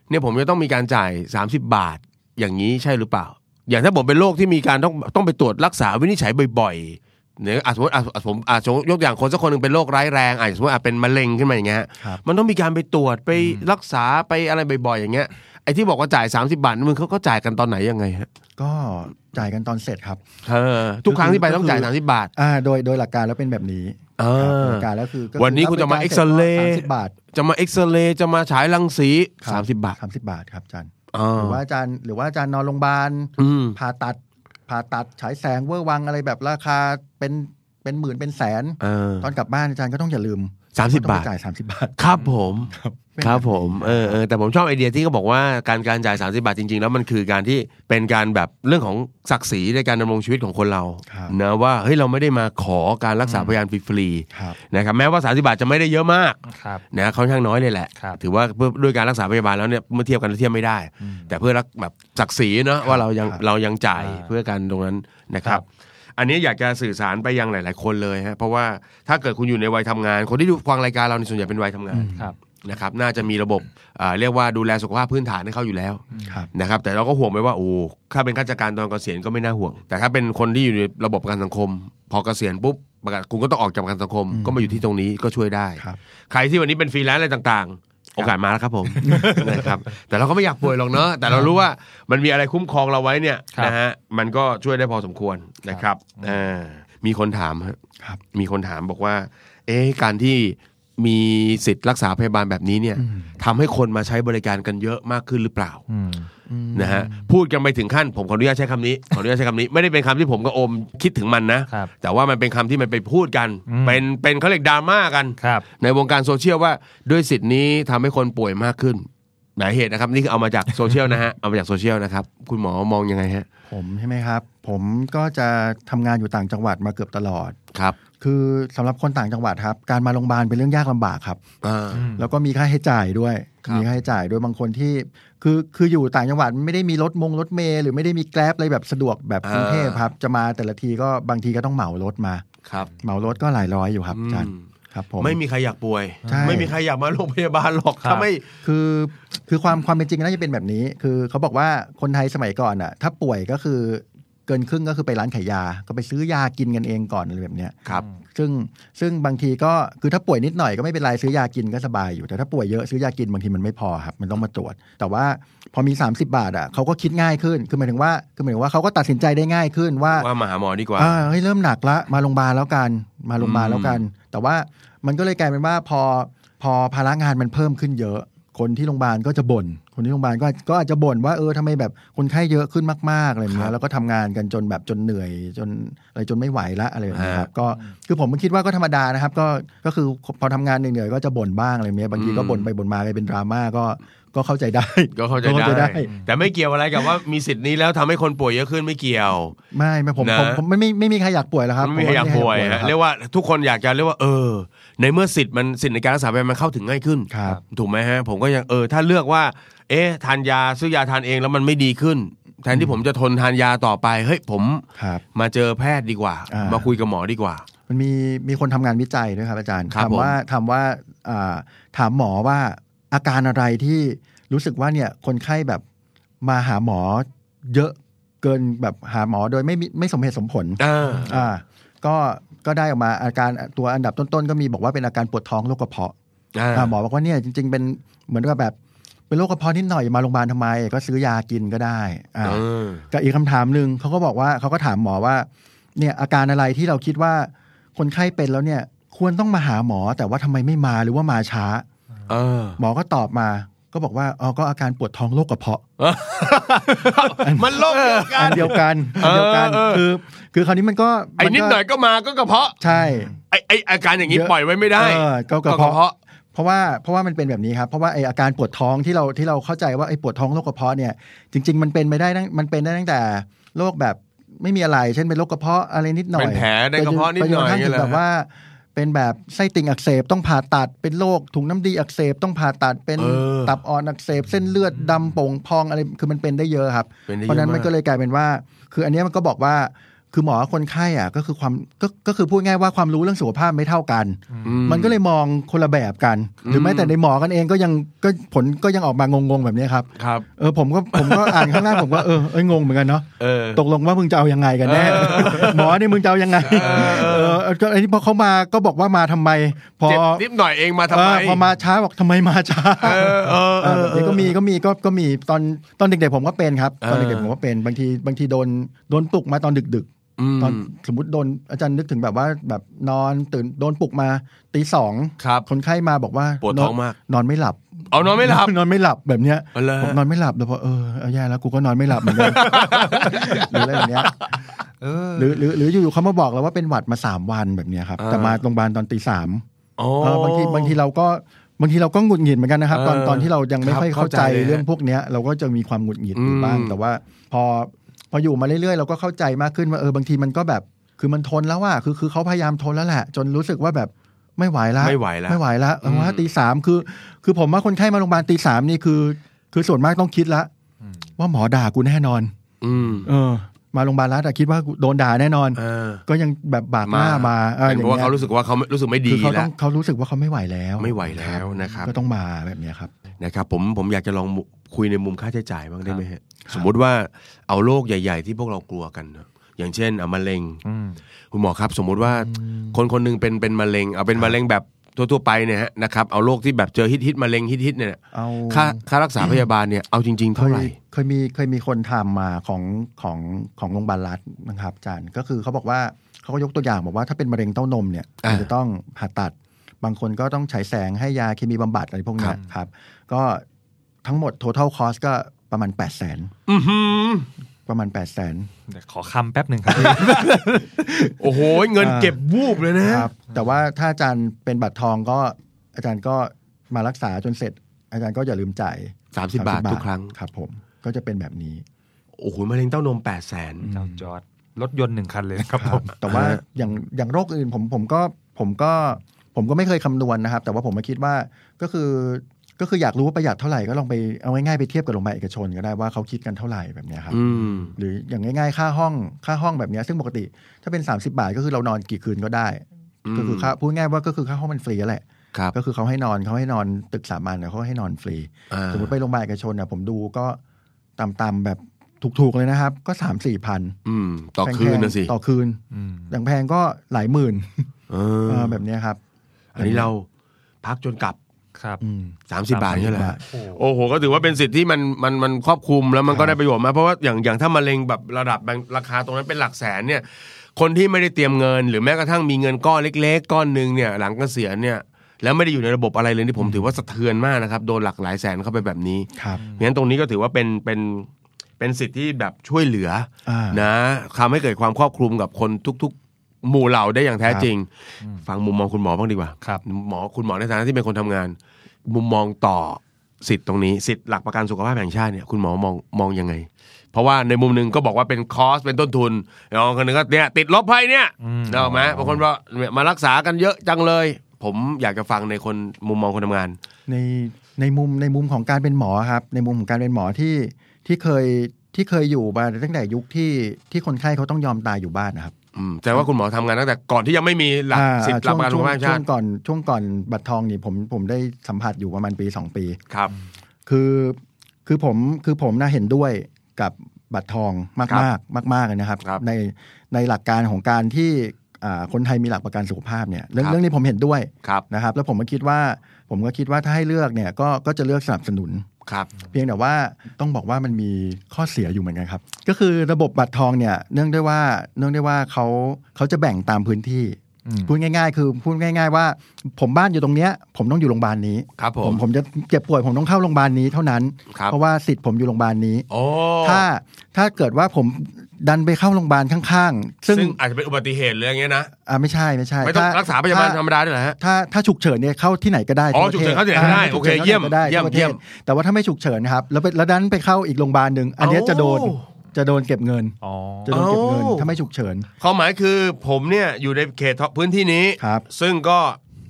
C: เนี่ยผมจะต้องมีการจ่าย 30 บาทอย่างนี้ใช่หรือเปล่า อย่างถ้าผมเป็นโรคที่มีการต้องต้องไปตรวจรักษาวินิจฉัยบ่อยๆเนี่ยอ่ะสมมติอ่ะอ่ะผมอ่ะสมมติยกอย่างคนสักคนหนึ่งเป็นโรคร้ายแรงอ่ะสมมติอ่ะเป็นมะเร็งขึ้นมาอย่างเงี้ย
D: ครับ
C: มันต้องมีการไปตรวจไปรักษาไปอะไรบ่อยๆอย่างเงี้ยไอ้ที่บอกว่าจ่าย 30 บาทมึงเขาก็จ่ายกันตอนไหนยังไงฮะ
D: ก็จ่ายกันตอนเสร็จครับ
C: เออทุกครั้งที่ไปต้องจ่าย 30 บาท
D: อ่าโดยโดยหลักการแล้วเป็นแบบนี้
C: อ่า
D: ครับโดยหลักการแล้วคือก็อ
C: วันนี้คุณจะมา
D: ถ้ป็น
C: เอ็กซเรย์
D: สามสิบบาท
C: จะมาเอ็กซเรย์จะมาฉายรังสี
D: ครั
C: 30 บาท
D: สามสิบบาทครับอาจารย์
C: อ่
D: หรือา ว่าอาจารย์หรือว่าอาจารย์นอนโรงพยาบาล
C: อืม
D: ผ่าตัดผ่าตัดฉายแสงเวอร์วังอะไรแบบราคาเป็นเป็นหมื่นเป็นแสน
C: เออ
D: ตอนกลับบ้านอาจารย์ก็ต้องอย่าลืม
C: สามสิบบาท
D: ต้องไปจ่ายสามสิบบาท
C: ครับผมครับผมเออเออแต่ผมชอบไอเดียที่เขาบอกว่าการการจ่าย 30 บาทจริง ๆ แล้วมันคือการที่เป็นการแบบเรื่องของศักดิ์ศรีในการดำรงชีวิตของคนเรา
D: ครับ
C: นะว่าเฮ้ยเราไม่ได้มาขอการรักษาพยาบาลฟรี
D: ครับ
C: ๆนะครับแม้ว่า 30 บาทจะไม่ได้เยอะมาก
B: ครับ
C: นะค่อนข้างน้อยเลยแหละ
B: ครับ
C: ถือว่าเพื่อด้วยการรักษาพยาบาลแล้วเนี่ยเมื่อเทียบกันแล้วเทียบไม่ได้ แต่เพื่อรักแบบศักดิ์ศรีเนาะว่าเรายัง
D: ครับ
C: เรายังจ่ายเพื่อกันตรงนั้นนะครับ อันนี้อยากจะสื่อสารไปยังหลาย ๆ คนเลยฮะเพราะว่าถ้าเกิดคุณอยู่ในวัยทำงาน คนที่ดูฟังรายการเราในยส่วนใหญ่เป็นวัยทำงาน
B: ครับ
C: นะครับน่าจะมีระบบอ่าเรียกว่าดูแลสุขภาพพื้นฐานให้เขาอยู่แล้ว
D: ครับ
C: นะครับ แต่เราก็ห่วงไปว่าโอ้ถ้าเป็นข้าราชการตอนเกษียณก็ไม่น่าห่วง แต่ถ้าเป็นคนที่อยู่ในระบบประกันสังคม พอเกษียณปุ๊บประกันคุณก็ต้องออกจากประกันสังคม ก็มาอยู่ที่ตรงนี้ก็ช่วยได้
D: ครับ
C: ใครที่วันนี้เป็นฟรีแลนซ์อะไรต่างๆ โอกาสมาแล้วครับผม นะครับแต่เราก็ไม่อยากป่วยหรอกเนอะแต่เรารู้ว่ามันมีอะไรคุ้มครองเราไว้เนี่ย
B: ครับ
C: นะฮะมันก็ช่วยได้พอสมควรนะครับอ่ามีคนถามฮะ
D: ครับ
C: มีคนถามบอกว่า เอ๊ะการที่มีสิทธิ์รักษาพยาบาลแบบนี้เนี่ยทำให้คนมาใช้บริการกันเยอะมากขึ้นหรือเปล่า
B: อืม
C: นะฮะพูดกันไปถึงขั้นผมขออนุญาตใช้คำนี้ขออนุญาตใช้คำนี้ ไม่ได้เป็นคำที่ผมกับโอมคิดถึงมันนะครับแต่ว่ามันเป็นคำที่มันไปพูดกัน
B: อืม
C: เป็นเป็นเขาเรียกดราม่ากัน
B: ครับ
C: ในวงการโซเชียลว่าด้วยสิทธิ์นี้ทำให้คนป่วยมากขึ้นหลายเหตุนะครับ นี่คือเอามาจากโซเชียลนะ
D: <laughs>
C: ฮะ เอามาจากโซเชียลนะครับ คุณหมอมองยังไงฮะ
D: ผมใช่ไหมครับ ผมก็จะทำงานอยู่ต่างจังหวัดมาเกือบตลอด
C: ครับ
D: คือสำหรับคนต่างจังหวัดครับ การมาโรงพยาบาลเป็นเรื่องยากลำบากครับ
C: อ่า
D: แล้วก็มีค่าใช้จ่ายด้วย
C: ครับ
D: มีค่าใช้จ่ายด้วยบางคนที่ คือคืออยู่ต่างจังหวัดไม่ได้มีรถมงรถเมล์หรือไม่ได้มีแกร็บอะไรแบบสะดวกแบบกรุงเทพครับ จะมาแต่ละทีก็บางทีก็ต้องเหมารถมา
C: ครับ
D: เหมารถก็หลายร้อยอยู่ครับอาจารย์
C: อืม
D: ครับผม
C: ไม่มีใครอยากป่วย
D: ใช่
C: ไม่มีใครอยากมาโรงพยาบาลหรอก
B: ครับ
C: ถ้าไม่
D: คือคือความความเป็นจริงน่าจะเป็นแบบนี้ คือเขาบอกว่าคนไทยสมัยก่อนอ่ะ ถ้าป่วยก็คือเกินครึ่งก็คือไปร้านขายยา ก็ไปซื้อยากินกันเองก่อนอะไรแบบเนี้ย
C: ครับ
D: ซึ่งซึ่งบางทีก็คือถ้าป่วยนิดหน่อยก็ไม่เป็นไรซื้อยากินก็สบายอยู่แต่ถ้าป่วยเยอะซื้อยากินบางทีมันไม่พอครับมันต้องมาตรวจ แต่ว่าพอมี 30 บาทอ่ะเขาก็คิดง่ายขึ้นคือหมายถึงว่าคือหมายถึงว่าเขาก็ตัดสินใจได้ง่ายขึ้นว่า
C: ว่ามาหาหมอดีกว่า
D: อ่าเฮ้ยเริ่มหนักละมาโรงพยาบาลแล้วกันมาโรงพยาบาล
C: อืม
D: แล้วกัน แต่ว่ามันก็เลยกลายเป็นว่าพอพอภาระงานมันเพิ่มขึ้นเยอะ คนที่โรงพยาบาลก็จะบ่นคนที่โรงพยาบาลก็ก็อาจจะบ่นว่าเออทำไมแบบคนไข้เยอะขึ้นมากๆอะไรแบบเงี้ยแล้วก็ทำงานกันจนแบบจนเหนื่อยจนอะไรจนไม่ไหวละอะไรแบบเนี้ยครับ ก็คือผมคิดว่าก็ธรรมดานะครับ ก็ก็คือพอทำงานเหนื่อยๆก็จะบ่นบ้างอะไรแบบเนี้ยบางทีก็บ่นไปบ่นมากลายเป็นดราม่าก็ก็เข้าใจได้ <laughs>
C: ก็เข้าใจ
D: ก็เข้าใจได้
C: ได้ แต่ไม่เกี่ยวอะไรกับว่ามีสิทธิ์นี้แล้วทำให้คนป่วยเยอะขึ้นไม่เกี่ยว
D: ไม่ไม่ผม
C: นะ
D: ผมผมไม่ไม่ไม่มีใครอยากป่วยแล้วครับ
C: ไม่มีใครอยาก
D: ผ
C: ป่วย
D: ไม่มีใครอาก
C: ฮะเรียกว่าทุกคนอยากจะเรียกว่าเออ ในเมื่อสิทธิ์มันสิทธิ์ในการรักษาพยาบาลมันเข้าถึงง่ายขึ้น
D: ครับ
C: ถูกไหมฮะ ผมก็ยังเออ ถ้าเลือกว่า เอ๊ะทานยาซื้อยาทานเองแล้วมันไม่ดีขึ้น แทนที่ผมจะทนทานยาต่อไปเฮ้ยผม
D: ครับ
C: มาเจอแพทย์ดีกว่า
D: อ่าม
C: มาคุยกับหมอดีกว่า
D: มันมีมีคนทำงานวิจัยด้วยครับอาจารย์
C: ครับ
D: ถามว่าถามว่าอ่าถามหมอว่าอาการอะไรที่รู้สึกว่าเนี่ยคนไข้แบบมาหาหมอเยอะเกินแบบหาหมอโดยไม่มีไม่สมเหตุสมผลอ่าก็ก็ได้ออกมาอาการตัวอันดับต้นๆ ก็มีบอกว่าเป็นอาการปวดท้องโรคกระเพาะ
C: า
D: อ่าหมอบอกว่าเนี่ยจริง ๆ เป็นเหมือนกับแบบเป็นโรคกระเพาะนิดหน่อยมาโรงพยาบาลทำไม ก็ซื้อยากินก็ได้อ่า
C: เออ
D: กับอีกคำถามหนึ่งเขาก็บอกว่าเขาก็ถามหมอว่า เนี่ยอาการอะไรที่เราคิดว่า คนไข้เป็นแล้วเนี่ย ควรต้องมาหาหมอแต่ว่าทำไมไม่มาหรือว่ามาช้า
C: เออ
D: <laughs> หมอก็ตอบมา ก็บอกว่าอ๋อก็อาการปวดท้องโรคกระเพาะ
C: มันโรคเดียวกั
D: อั
C: น
D: นเดียวกันอันเดียวกัน
C: เออเออ
D: คือ คือคราวนี้มันก็
C: ไอ้
D: มัก็
C: นิดหน่อยก็มาก็กระเพาะ
D: ใช่
C: ไอ้ไอ้อาการอย่างนี้
D: เยอะ
C: ปล่อยไว้ไม่ได้
D: เออก็กระเพาะ
C: เพาะ
D: เพราะว่าเพราะว่ามันเป็นแบบนี้ครับ เพราะว่าไออาการปวดท้องที่เราที่เราเข้าใจว่าไอปวดท้องโรคกระเพาะเนี่ยจริง ๆ มันเป็นไปได้ตั้งมันเป็นได้ตั้งแต่โรคแบบไม่มีอะไร เช่นเป็นโรคกระเพาะอะไรนิดหน่อย
C: เป็นแผลในกระเพาะนิดหน่อย
D: ไปจกระทั่ง
C: เงี้
D: ถึ
C: ย
D: ง
C: เหรอ
D: แบบว่า เป็นแบบไส้ติ่งอักเสบต้องผ่าตัดเป็นโรคถุงน้ำดีอักเสบต้องผ่าตัดเป็น
C: เออ
D: ตับอ่อนอักเสบเส้นเลือดดำโป่งพองอะไรคือมันเป็นได้เยอะครับ
C: เป็นได้เยอะ
D: เพราะฉะนั้น
C: มาก
D: มันก็เลยกลายเป็นว่า คืออันเนี้ยมันก็บอกว่าคือหมอคนไข้อ่ะก็คือความก็ก็คือพูดง่ายว่าความรู้เรื่องสุขภาพไม่เท่ากัน
C: อื
D: มันก็เลยมองคนละแบบกัน หรือแม้แต่ในหมอกันเองก็ยังก็ผลก็ยังออกมางงๆแบบนี้ครับ
C: ครับ
D: เออผมก็ผมก็ อ่านข้างล่างผมก็เออเอ้ยงงเหมือนกันเนาะ
C: เออ
D: ตกลงว่ามึงจะเอายังไงกันแน่ หมอนี่มึงจะเอายังไงเออเออก็ไอ้นี่พอเขามาก็บอกว่ามาทำไม พอ
C: เจ็บนิดหน่อยเองมาทำ
D: เอ
C: ไม
D: อพอมาช้าบอกทำไมมาช้า
C: เออเออเอ
D: เออ
C: อ
D: แบบนี้ก็มีก็มีก็ก็มีตอนตอนเด็กๆผมก็เป็นครับ ตอน
C: เออ
D: เด็กๆผมก็เป็นบางทีบางทีโดนโดนปลุกมาตอนดึก ๆ
C: ม
D: ตอนสมมติโดนอาจารย์นึกถึงแบบว่าแบบนอนตื่นโดนปลุกมาตีสอง
C: ครับ
D: คนไข้มาบอกว่า
C: ปวดท้องมาก
D: นอนไม่หลับ
C: เอานอนไม่หลับ
D: นอนไม่หลับแบบเนี้ย
C: เอาเลย
D: ผมนอนไม่หลับแล้วพอเออเอาแย่แล้วกูก็นอนไม่หลับเหมือนกัน
C: <laughs>
D: หรืออะไรแบบเนี้ย
B: เออ
D: หรือหรือหรืออยู่ๆเขามาบอกเราว่าเป็นหวัดมาสามวันแบบเนี้ยครับ
C: อ่า
D: แต่มาโรงพยาบาลตอนตีสาม
C: โอ้
D: เออบางทีบางทีเราก็บางทีเราก็หงุดหงิดเหมือนกันนะครับ ตอน
C: เออ
D: ตอนที่เรายังไม่
C: ครับ
D: ค่อยเข้าใจ
C: เข้าใจเลย
D: เรื่องพวกเนี้ยเราก็จะมีความหงุดหงิดอยู่
C: อืม
D: บ้าง แต่ว่าพอพออยู่มาเรื่อยๆ เราก็เข้าใจมากขึ้นว่าเออบางทีมันก็แบบ คือมันทนแล้วว่าคือคือเขาพยายามทนแล้วแหละ จนรู้สึกว่าแบบไม่ไหวละ
C: ไม่ไหวละ
D: ไม่ไหวละเออว่า
C: อืม
D: ตีสามคือ คือผมว่าคนไข้มาโรงพยาบาลตีสามนี่คือ คือส่วนมากต้องคิดละ
B: อืม
D: ว่าหมอด่ากูแน่นอน
C: อืม
D: เออ มาโรงพยาบาลรัฐอะคิดว่ากูโดนด่าแน่นอน
C: เออ
D: ก็ยังแบบบากหน้ามาออ
C: เป็นเพราะว่า
D: อย่งงี้ย
C: เขารู้สึกว่าเขาไม่รู้สึกไม่ดี
D: คือเขาต้
C: แล้ว
D: องเขารู้สึกว่าเขาไม่ไหวแล้ว
C: ไม่ไหวแล้วนะครับ
D: ก็ต้องมาแบบเนี้ยครับ
C: นะครับผมผมอยากจะลองคุยในมุมค่าใช้จ่ายบ้างได้ไหมฮะสมมุติว่าเอาโรคใหญ่ ๆ ที่พวกเรากลัวกันนะอย่างเช่นอ่ะมะเร็ง
B: อืม
C: คุณหมอครับสมมุติว่าคนคนหนึงเป็นเป็นมะเร็งเอาเป็นมะเร็งแบบทั่วๆไปเนี่ยฮะนะครับเอาโรคที่แบบเจอฮิตฮิตๆมะเร็งฮิตฮิตๆเนี่ย
D: เอา
C: ค่าค่ารักษาพยาบาลเนี่ยเอาจริง ๆ เท่าไหร่
D: คยเคยมีเคยมีคนทำมาของของของโรงพยาบาลรัฐนะครับอาจารย์ก็คือเขาบอกว่าเขาก็ยกตัวอย่างบอกว่าถ้าเป็นมะเร็งเต้านมเนี่ย
C: อ่า
D: มันจะต้องผ่าตัด บางคนก็ต้องฉายแสงให้ยาเคมีบำบัดอะไรพวกเนี้ยครับ ก็ทั้งหมด total cost ก็ประมาณ 8 0 0 0 0
C: อือหือ
D: 0ประมาณ 8 0 0 0 0 0
B: เดี๋ยวขอคำแป๊บหนึ่งครับพี่
C: โอ้โห เงินเก็บวูบเลยนะ
D: ครับแต่ว่าถ้าอาจารย์เป็นบัตรทองก็อาจารย์ก็มารักษาจนเสร็จ อาจารย์ก็อย่าลืมจ่าย
C: 30บาททุกครั้ง
D: ครับผมก็จะเป็นแบบนี้
C: โอ้โหมะเร็งเต้านม 8 0 0 0 0น
B: เจ้าจอดรถยนต์หนึ่งคันเลยนะครับ
D: ค
B: ผ
D: รับ
B: ม
D: แต่ว่า
C: ฮะ
D: อย่างอย่างโรคอื่นผมผมก็ผมก็ผมก็ไม่เคยคำนวณนะครับ แต่ว่าผมมาคิดว่าก็คือก็คืออยากรู้ว่าประหยัดเท่าไหร่ก็ลองไปเอาง่ายๆไปเทียบกับโรงพยาบาลเอกชนก็ได้ว่าเขาคิดกันเท่าไหร่แบบเนี้ยครับ
C: อืม
D: หรืออย่างง่ายๆค่าห้องค่าห้องแบบเนี้ยซึ่งปกติถ้าเป็น 30 บาทก็คือเรานอนกี่คืนก็ได้
C: อืม
D: ก็คือค่าพูดง่ายว่าก็คือค่าห้องมันฟรีแหละ
C: ครับ
D: ก็คือเขาให้นอนเขาให้นอนตึกสามัญเนี่ยเขาให้นอนฟรี
C: อ่า
D: สมมติไปโรงพยาบาลเอกชนเนี่ยผมดูก็ต่ำๆแบบถูกๆเลยนะครับ ก็สามสี่พัน
C: อืม ต่อคืนนะสิ
D: ต่อคืน
B: อืม
D: อย่างแพงก็หลายหมื่น <laughs>
C: อ เอ
D: เอ
C: อ
D: อแบบเนี้ยครับ
C: อันนี้เราพักจนกลับ
B: ครับ
D: อืม
C: 30 บาทเนี่ยแหละ
D: บาท
C: โอ้โห ก็ถือว่าเป็นสิทธิ์ที่มันมันมันครอบคลุมแล้วมันก็ได้ประโยชน์มากเพราะว่าอย่างอย่างถ้ามะเร็งแบบระดับแบงค์ราคาตรงนั้นเป็นหลักแสนเนี่ย คนที่ไม่ได้เตรียมเงิน หรือแม้กระทั่งมีเงินก้อนเล็ก ๆ ก้อนหนึ่งเนี่ยหลังเกษียณเนี่ยแล้วไม่ได้อยู่ในระบบอะไรเลยที่ผมถือว่าสะเทือนมากนะครับโดนหลักหลายแสนเข้าไปแบบนี้
D: ครับ
C: งั้นตรงนี้ก็ถือว่าเป็นเป็นเป็นสิทธิ์ที่แบบช่วยเหลือ
D: อ่า
C: อนะทำให้เกิดความครอบคลุมกับคนทุก ๆ หมู่เหล่าได้อย่างแท้จริง ฟังมุมมองคุณหมอบ้างดีกว่า
B: ครับ
C: หมอคุณหมอในฐานะที่เป็นคนทำงาน มุมมองต่อสิทธิ์ตรงนี้สิทธิ์หลักประกันสุขภาพแห่งชาติเนี่ยคุณหมอมองมองยังไง เพราะว่าในมุมหนึ่งก็บอกว่าเป็นคอสเป็นต้นทุนแล้วคนหนึงก็เนี่ยติดลบไปเนี่ยเนาะไหมบางคนว่าเนี่ยมารักษากันเยอะจังเลย ผมอยากจะฟังในคนมุมมองคนทำงาน
D: ในในมุมในมุมของการเป็นหมอครับ ในมุมของการเป็นหมอที่ที่เคยที่เคยอยู่มาตั้งแต่ยุคที่ที่คนไข้เขาต้องยอมตายอยู่บ้านนะครับ
C: อืมแต่ว่าคุณหมอทำงานตั้งแต่ก่อนที่ยังไม่มีหลัก
D: อ่า
C: สิทธิ์หลักประกันสุข
D: ช่วง
C: ภาพแห่ง
D: ช่ว
C: ชาง ติ
D: ก่อนช่วงก่อนบัตรทองนี่ผมผมได้สัมผัสอยู่ประมาณปีสองปี
C: ครับ
D: คือคือผมคือผมน่าเห็นด้วยกับบัตรทองมากมากมากมากๆเลยนะครับ
C: ครับ
D: ในในหลักการของการที่อ่าคนไทยมีหลักประกันสุขภาพเนี่ยเรื่อ
C: ค
D: ง
C: รับ
D: เรื่องนี้ผมเห็นด้วย
C: ครับ
D: นะครับ แล้วผมก็คิดว่าผมก็คิดว่าถ้าให้เลือกเนี่ยก็ก็จะเลือกสนับสนุน
C: ครับ
D: เพียงแต่ว่าต้องบอกว่ามันมีข้อเสียอยู่เหมือนกันครับ ก็คือระบบบัตรทองเนี่ยเนื่องด้วยว่าเนื่องด้วยว่าเขาเขาจะแบ่งตามพื้นที่
B: อืม
D: พูดง่าย ๆ คือพูดง่าย ๆ ว่า ผมบ้านอยู่ตรงเนี้ย ผมต้องอยู่โรงพยาบาลนี้
C: ครับผ
D: ผม มผมจะเจ็บป่วยผมต้องเข้าโรงพยาบาลนี้เท่านั้น
C: ครับ
D: เพราะว่าสิทธิ์ผมอยู่โรงพยาบาลนี้
C: โอ้
D: ถ้าถ้าเกิดว่าผมดันไปเข้าโรงพยาบาลข้าง ๆ
C: ซึ่
D: ซึ่
C: ง
D: ง
C: อาจจะเป็นอุบัติเหตุหรืออย่างเงี้ยนะ
D: อ่าไม่ใช่ไม่ใช่
C: ไม่ต้อง
D: ถ้
C: รักษาพยาบาลธรรมดาด้วยเหรอฮะ
D: ถ้าถ้าฉุกเฉินเนี่ยเข้าที่ไหนก็ได้
C: อ๋อฉุ
D: ทั่วประ
C: กเฉิ
D: ทศ
C: นเข้าที่ไหนก็ได้
D: า
C: โอเค
D: ฉุกฉินข้าที่ไหนก็ได้
C: เยี่ยม
D: ทั่วประ
C: เยี่ย
D: ทศ
C: ม
D: แต่ว่าถ้าไม่ฉุกเฉินครับแล้วไปแล้วดันไปเข้าอีกโรงพยาบาลหนึ่งอันเนี้ย
C: โอ้
D: จะโดนจะโดนเก็บเงิน
B: อ๋อ
D: จะโดนเก็บเงิน
C: โอ้
D: ถ้าไม่ฉุกเฉิน
C: ความหมายคือผมเนี่ยอยู่ในเขตท้องพื้นที่นี้
D: ครับ
C: ซึ่งก็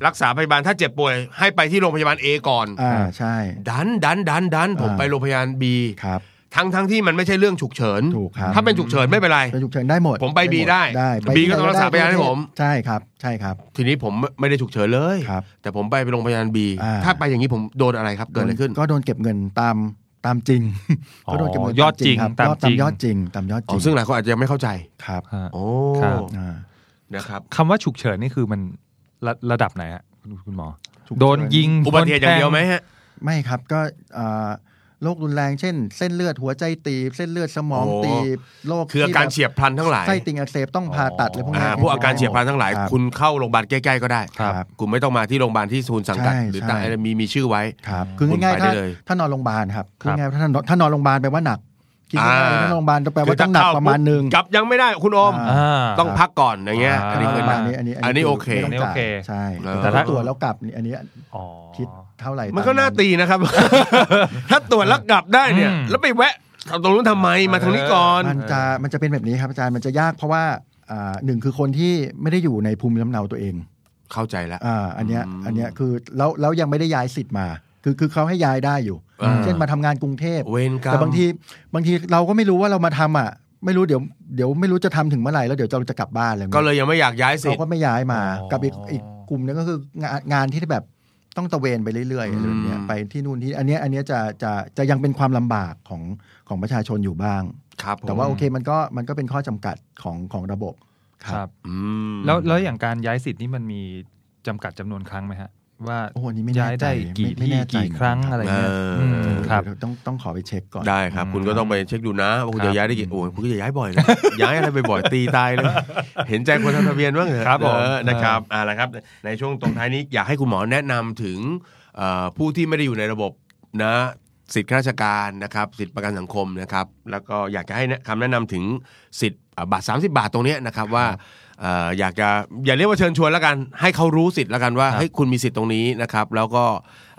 C: รักษาพยาบาลถ้าเจ็บป่วย ให้ไปที่โรงพยาบาล A ก่อน
D: อ่าใช่
C: ดันดันดันดันผม
D: อ่า
C: ไปโรงพยาบาล B
D: ครับ
C: ทั้งทั้งที่มันไม่ใช่เรื่องฉุกเฉิน
D: ถูกครับ
C: ถ้าเป็นฉุกเฉินไม่เป็นไร
D: ไปฉุกเฉินได้หมด
C: ผมไป B ได้
D: ได้ป
C: B ก็ต้องรักษาพยาบาลให้ผม
D: ใช่ครับใช่ครับ
C: ทีนี้ผมไม่ได้ฉุกเฉินเลย
D: ครับ
C: แต่ผมไปโรงพยาบาล B
D: อ่า
C: ถ้าไปอย่างนี้ผมโดนอะไรครับเกิดอะไรขึ้น
D: ก็โดนเก็บเงินตามตามจริง
B: อ๋อ
D: ก็โดนเก็บเงิน
B: ยอดจริง
D: คบ
B: ตามจริง
D: ยอดจริงตามยอดจ
C: อ๋
D: ริ
C: อง ซึ่งหลายคนอาจจะยังไม่เข้าใจ
D: ครับ
B: ฮะ
C: โอ้
B: ครับ
D: อ่า
C: นะครับ
B: คำว่าฉุกเฉินนี่คือมันระระดับไหนฮะคุณคุณหมอ
D: ฉุกเฉิน
B: โดนยิง
C: อุบัติเหตุอย่างเดียวไหม
B: โนแท
C: ฮะ
D: ไม่ครับก็อ่าโรครุนแรงเช่น เส้นเลือดหัวใจตีบเส้นเลือดสมอง
C: โอ้
D: ตีบโรค
C: คืออาการเฉียบพลันทั้งหลาย
D: ไส้ติ่งอักเสบต้องผ่าตัดอะไรพวก
C: อ่า
D: นี้
C: พวกอาการเฉียบพลันทั้งหลาย
D: รับ
C: คุณเข้าโรงพยาบาลใกล้ๆก็ได้
D: ครับ
C: คุณไม่ต้องมาที่โรงพยาบาลที่ศูนย์สังกัด
D: ใช่
C: หรือต่าง
D: ใช่
C: มีมีชื่อไว้
D: ครับคือ
C: คุณ
D: ง่าย
C: ไป
D: ๆ
C: ได้
D: ถ้า
C: เลย
D: ถ้านอนโรงพยาบาลครับ
B: ครับ
D: ง่ายๆถ้านอนถ้านอนโรงพยาบาลแปลว่าหนักคิดง่าย
C: อ่า
D: ๆถ้านอนโรงพยาบาลแปลว่าต้องหนัก
C: เข้
D: ประมาณหนึง
C: กลับยังไม่ได้คุณโอม
D: อ่
B: อ่า
C: ต้องพักก่อนอย่างเงี้ย
B: อ่า
C: อันนี้เคย
D: ประ
C: ได้
D: มาณนี้อันนี้
C: อันนี้โอเค
B: อัน
D: ไม่ต้งจ่าย
B: นี้โอเค
D: ใช่
C: เออ
D: แต่
B: แต่
D: ถ้า
B: ถ้า
D: ตรวจแล้วกลับนี่อันนี้
B: อ๋อ
D: คิดเท่าไหร่
C: มันก็น่าตีนะครับ ถ้าตรวจแล้วกลับได้เนี่ย
B: อืม
C: แล้วไปแวะทำตรงนู้นทำไมมาทางนี้ก่อน
D: มันจะมันจะเป็นแบบนี้ครับอาจารย์มันจะยากเพราะว่าอ่าหนึ่งคือคนที่ไม่ได้อยู่ในภูมิลำเนาตัวเอง
C: เข้าใจแล้ว
D: อ่าอันเนี้ย
C: อืม
D: อันเนี้ยคือแล้วแล้วยังไม่ได้ย้ายสิทธิ์มา คือคือเขาให้ย้ายได้อยู่
C: อ่า
D: เช่นมาทำงานกรุงเทพ
C: เวรกรรม
D: แต่บางทีบางทีเราก็ไม่รู้ว่าเรามาทำอ่ะ ไม่รู้เดี๋ยวเดี๋ยวไม่รู้จะทำถึงเมื่อไหร่แล้วเดี๋ยวเราจะกลับบ้านอะไร
C: ก็เลยยังไม่อยากย้ายสิท
D: เรา
C: ธิ์
D: ก็ไม่ย้ายมา
B: อ๋อ
D: กับอีกอีกกลุ่มหนึงก็คืองานงานที่แบบต้องตระเวนไปเรื่อยๆอะไรแบบเนี้ย
C: อืม
D: ไปที่นู่นที่อันเนี้ยอันเนี้ยจะจะจะยังเป็นความลำบากของของประชาชนอยู่บ้าง
C: ครับผม
D: แต่ว่าโอเคมันก็มันก็เป็นข้อจำกัดของของระบบ
B: ครับ
C: อืม
B: แล้วแล้วอย่างการย้ายสิทธิ์นี่มันมีจำกัดจำนวนครั้งไหมฮะ ว่า
D: โอ้โหอันนี้ไม่แน่
B: ย้ายได้
D: ใจ
B: กี่
D: ไม่
B: ที่
D: ไม่แน่ใจ
B: กี่ครั้ง
D: เหมือนกัน
B: อะไรเงี้ย
C: เอออื
B: มครับ
D: เดี๋ยวต้องต้องขอไปเช็คก่อน
C: ได้ครับ คุณก็ต้องไปเช็คดูนะว่าคุณ
B: ครับ
C: จะย้ายได้กี่โอ้ยคุณก็จะย้ายบ่อยนะ ย้ายอะไรบ่อยๆตีตายเลย เห็นใจคนทำทะเบียนบ้างเหรอ
B: ครับผม
C: เออนะครับเอ่าละครับ ในช่วงตรงท้ายนี้ อยากให้คุณหมอแนะนำถึงเอ่อผู้ที่ไม่ได้อยู่ในระบบนะสิทธิข้าราชการนะครับ สิทธิประกันสังคมนะครับ แล้วก็อยากจะให้แนะคำแนะนำถึงสิทธิ์เอ่อบัตร30 บาทตรงเนี้ยนะครับว่าเอ่ออยากจะอย่าเรียกว่าเชิญชวนแล้วกัน ให้เขารู้สิทธิ์แล้วกันว่า
B: ครับ
C: เฮ้ยคุณมีสิทธิ์ตรงนี้นะครับ แล้วก็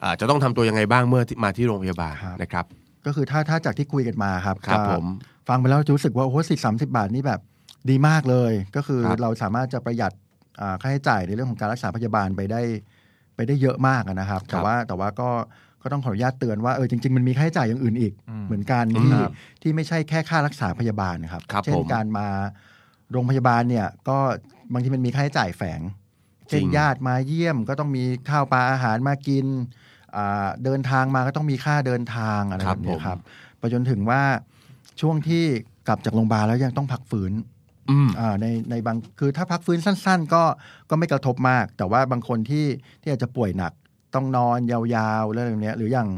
C: เอ่อจะต้องทำตัวยังไงบ้างเมื่อที่มาที่โรงพยาบาล
D: ครับ
C: นะครับ
D: ก็คือถ้าถ้าจากที่คุยกันมาครับ
C: ครับ
D: จะ
C: ผม
D: ฟังไปแล้วจะรู้สึกว่าโอ้โหสิสามสิบาทนี่แบบดีมากเลย ก็คือ
C: ครับ
D: เราสามารถจะประหยัดอ่าค่าใช้จ่ายในเรื่องของการรักษาพยาบาลไปได้ ไปได้เยอะมากอะนะครับ แต่ว่าแต่ว่าก็ก็ต้องขออนุญาตเตือนว่าเออจริงๆมันมีค่าใช้จ่ายอย่างอื่นอีก
B: อืม
D: เหมือนกันที่
C: ครับ
D: ที่ไม่ใช่แค่ค่ารักษาพยาบาลนะครับ
C: ครับ
D: เช่
C: ผ
D: น
C: ม
D: การมาโรงพยาบาลเนี่ยก็บางทีมันมีค่าใช้จ่ายแฝงเช่น
C: จริง
D: ญาติมาเยี่ยม ก็ต้องมีข้าวปลาอาหารมากินอ่าเดินทางมาก็ต้องมีค่าเดินทางอะไรแบบเนี้ยครับ ไปจนถึงว่าช่วงที่กลับจากโรงพยาบาลแล้วยังต้องพักฝืน
C: อืม
D: อ่าในในบางคือถ้าพักฟื้นสั้น ๆ ก็ก็ไม่กระทบมาก แต่ว่าบางคนที่ที่อาจจะป่วยหนักต้องนอนยาวๆแล้วอะไรแบบเนี้ยหรืออย่าง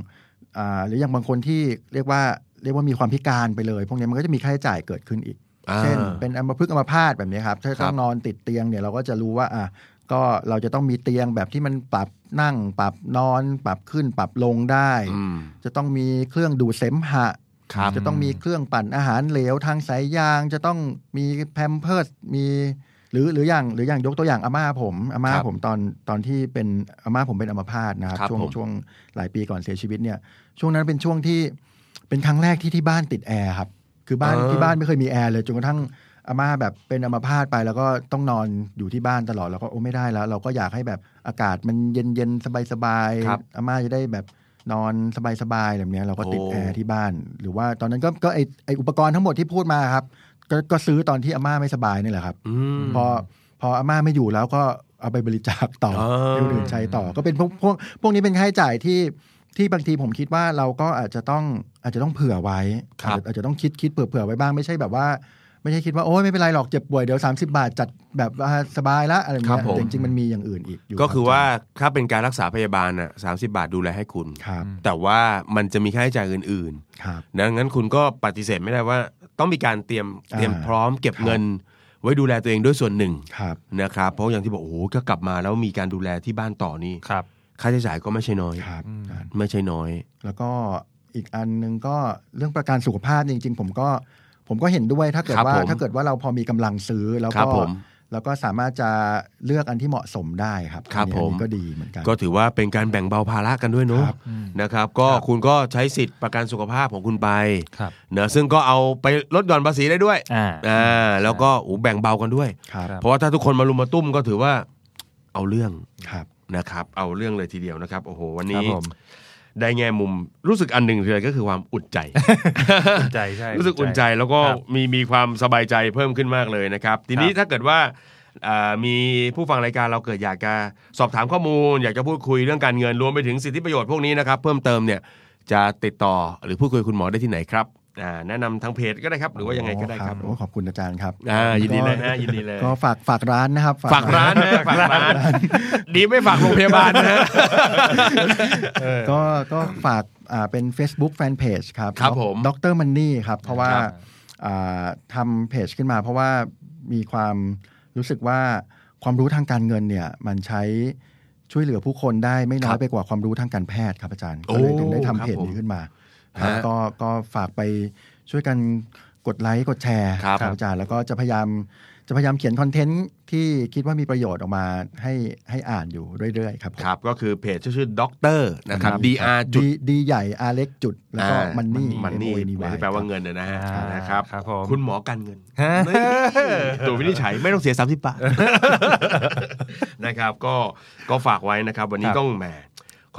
D: อ่าหรืออย่างบางคนที่เรียกว่าเรียกว่ามีความพิการไปเลย พวกเนี้ยมันก็จะมีค่าใช้จ่ายเกิดขึ้นอีก
C: อ่า
D: เช่น เป็นอัมพฤกษ์อัมพาตแบบเนี้ยครับถ้า
C: ครั
D: ต้อบ งนอนติดเตียงเนี่ยเราก็จะรู้ว่าอ่ะก็เราจะต้องมีเตียงแบบที่มันปรับนั่ง ปรับนอน ปรับขึ้น ปรับลงได้
C: อืม
D: จะต้องมีเครื่องดูดเสมหะ
C: ครับ
D: จะต้องมีเครื่องปั่นอาหารเหลวทางสายยาง จะต้องมีแพมเพิร์สมี หรือหรืออย่างหรืออย่างยกตัวอย่างอาม่าผมอาม่า
C: ครับ
D: ผมตอนตอนที่เป็นอาม่าผมเป็นอัมพาตนะครับ
C: ครับ
D: ช่วง
C: ผม
D: ช่วงหลายปีก่อนเสียชีวิตเนี่ย ช่วงนั้นเป็นช่วงที่เป็นครั้งแรกที่ที่บ้านติดแอร์ครับ คือบ้าน
C: เออ
D: ที่บ้านไม่เคยมีแอร์เลยจนกระทั่งอาม่าแบบเป็นอัมพาตไปแล้วก็ต้องนอนอยู่ที่บ้านตลอดแล้วก็โอ้ไม่ได้แล้ว เราก็อยากให้แบบอากาศมันเย็นเย็นๆสบายสบายๆ
C: ครับ
D: อาม่าจะได้แบบนอนสบายสบายๆแบบเนี้ยเราก็ติดแอร์ ที่บ้านหรือว่าตอนนั้นก็ก็ไอไออุปกรณ์ทั้งหมดที่พูดมาครับกก็ซื้อตอนที่อาม่าไม่สบายนี่แหละครับ
C: อืม
D: พอพออาม่าไม่อยู่แล้วก็เอาไปบริจาคต่อ
C: เออ
D: ให้คนอื่นใช้ต่อก็เป็นพวกพวกพวกนี้เป็นค่าใช้จ่ายที่ที่บางทีผมคิดว่าเราก็อาจจะต้องอาจจะต้องเผื่อไว้
C: ครับ
D: อาจจะอาจจะต้องคิดคิดเผื่อเผื่อไว้บ้างไม่ใช่แบบว่า ไม่ใช่คิดว่าโอ้ยไม่เป็นไรหรอกเจ็บป่วยเดี๋ยว 30 บาทจัดแบบว่าสบายละอะไรอย่าง
C: ครั
D: เงี้
C: บ
D: ย
C: ผม
D: แต่จริงๆมันมีอย่างอื่นอีกอยู่
C: ก็คือว่าถ้าเป็นการรักษาพยาบาลน่ะสาบาทดูแลให้คุณ
D: ครับ
C: แต่ว่ามันจะมีค่าใช้จ่ายอื่น
D: ครับ
C: ๆดังนั้นคุณก็ปฏิเสธไม่ได้ว่า ต้องมีการเตรียม
D: อ่า
C: เตรียมพร้อมเก็บเงิน ไว้ดูแลตัวเองด้วยส่วนหนึ่ง
D: ครับ
C: นะครับ เพราะอย่างที่บอกโอ้โหก็กลับมาแล้วมีการดูแลที่บ้านต่อนี่
B: ครับ
C: ค่าใช้จ่ายก็ไม่ใช่น้อย
D: ครับ
B: อืม
D: ครับ
C: ไม่ใช่น้อย
D: แล้วก็อีกอันหนึงก็เรื่องประกันสุขภาพจริง ๆ ผมก็ผมก็เห็นด้วยถ้าเกิด
C: ครับ
D: ว่า
C: ผม
D: ถ้าเกิดว่าเราพอมีกำลังซื้อแล้ว
C: ครั
D: ก็
C: บผม
D: แล้วก็สามารถจะเลือกอันที่เหมาะสมได้ครับ
C: ครับ
D: อันนี้
C: ผม
D: อันนี้ก็ดีเหมือนกัน
C: ก็ถือว่าเป็นการแบ่งเบาภาระกันด้วยเนาะ
D: ครับ
C: นะครับ ก็คุณก็ใช้สิทธิ์ประกันสุขภาพของคุณไป
B: ครับ
C: เนอะซึ่งก็เอาไปลดหย่อนภาษีได้ด้วย
B: อ่า
C: อ่าแล้วก็โอ้แบ่งเบากันด้วย
D: ครับ
C: เพราะว่าถ้าทุกคนมารุมมาตุ้มก็ถือว่าเอาเรื่อง
D: ครับ
C: นะครับ เอาเรื่องเลยทีเดียวนะครับ โอ้โห วัน
B: ครั
C: นี้
B: บผม
C: ได้แง่มุมรู้สึกอันหนึ่งเลยก็คือความอุ่นใจ
B: อุ่นใจใช่
C: รู้สึกอุ่นใจแล้วก็
B: ครับ
C: มีมีความสบายใจเพิ่มขึ้นมากเลยนะครับ ที
B: ค
C: นี้
B: รับ
C: ถ้าเกิดว่าอ่ามีผู้ฟังรายการเราเกิดอยากจะสอบถามข้อมูล อยากจะพูดคุยเรื่องการเงินรวมไปถึงสิทธิประโยชน์พวกนี้นะครับ เพิ่มเติมเนี่ยจะติดต่อหรือพูดคุยกับคุณหมอได้ที่ไหนครับอ่าแนะนำทางเพจก็ได้ครับ หรือว่ายังไงก็ได้ครับ
D: โอ้ขอบคุณอาจารย์ครับ
C: อ่ายินดีเลยฮะยินดีเลย
D: ก็ฝากฝากร้านนะครับ
C: ฝากร้านนะฝากร้าน ดีไม่ฝากโรงพยาบาลนะฮะ
D: ก็ก็ฝากอ่าเป็น Facebook Fan Page ครับ
C: ครับผม
D: ดรมันนี่ครับ เพราะว่า
B: ครับ
D: อ่าทำเพจขึ้นมาเพราะว่ามีความรู้สึกว่าความรู้ทางการเงินเนี่ย มันใช้ช่วยเหลือผู้คนได้ไม่น้
C: ค
D: อ
C: รั
D: ย
C: บ
D: ไปกว่าความรู้ทางการแพทย์ครับอาจารย์
C: โอ้
D: ก็เลยถึงได้
C: ครับ
D: ทำเพจนี้
C: ผม
D: ขึ้นมาครับ
C: ฮะ
D: ก็ก็ฝากไปช่วยกันกดไลค์กดแชร์
C: ครับ
D: อาจารย์แล้วก็จะพยายามจะพยายามเขียนคอนเทนต์ที่คิดว่ามีประโยชน์ออกมาให้ให้อ่านอยู่เรื่อยๆครับผม
C: ครับก็คือเพจชื่อด็อกเตอร์นะครับ
D: ครับ
C: dr จุด
D: ดีดีใหญ่อาเล็กจุด แล้วก็
C: อ่า
D: มันนี่
C: มันนี่
D: เอ็โอเอ็วาย
C: แปลว่า
D: ครับ
C: เงินนะนะฮะ
B: อ่าน
C: นะครับ
B: ครับผม
C: คุณหมอการเงิน
B: ฮะ
C: ตัววินิจฉัยไม่ต้องเสีย 30 บาท <laughs> นะครับ ก็ก็ฝากไว้นะครับ วันนี้
B: ครับ
C: ต้องแหม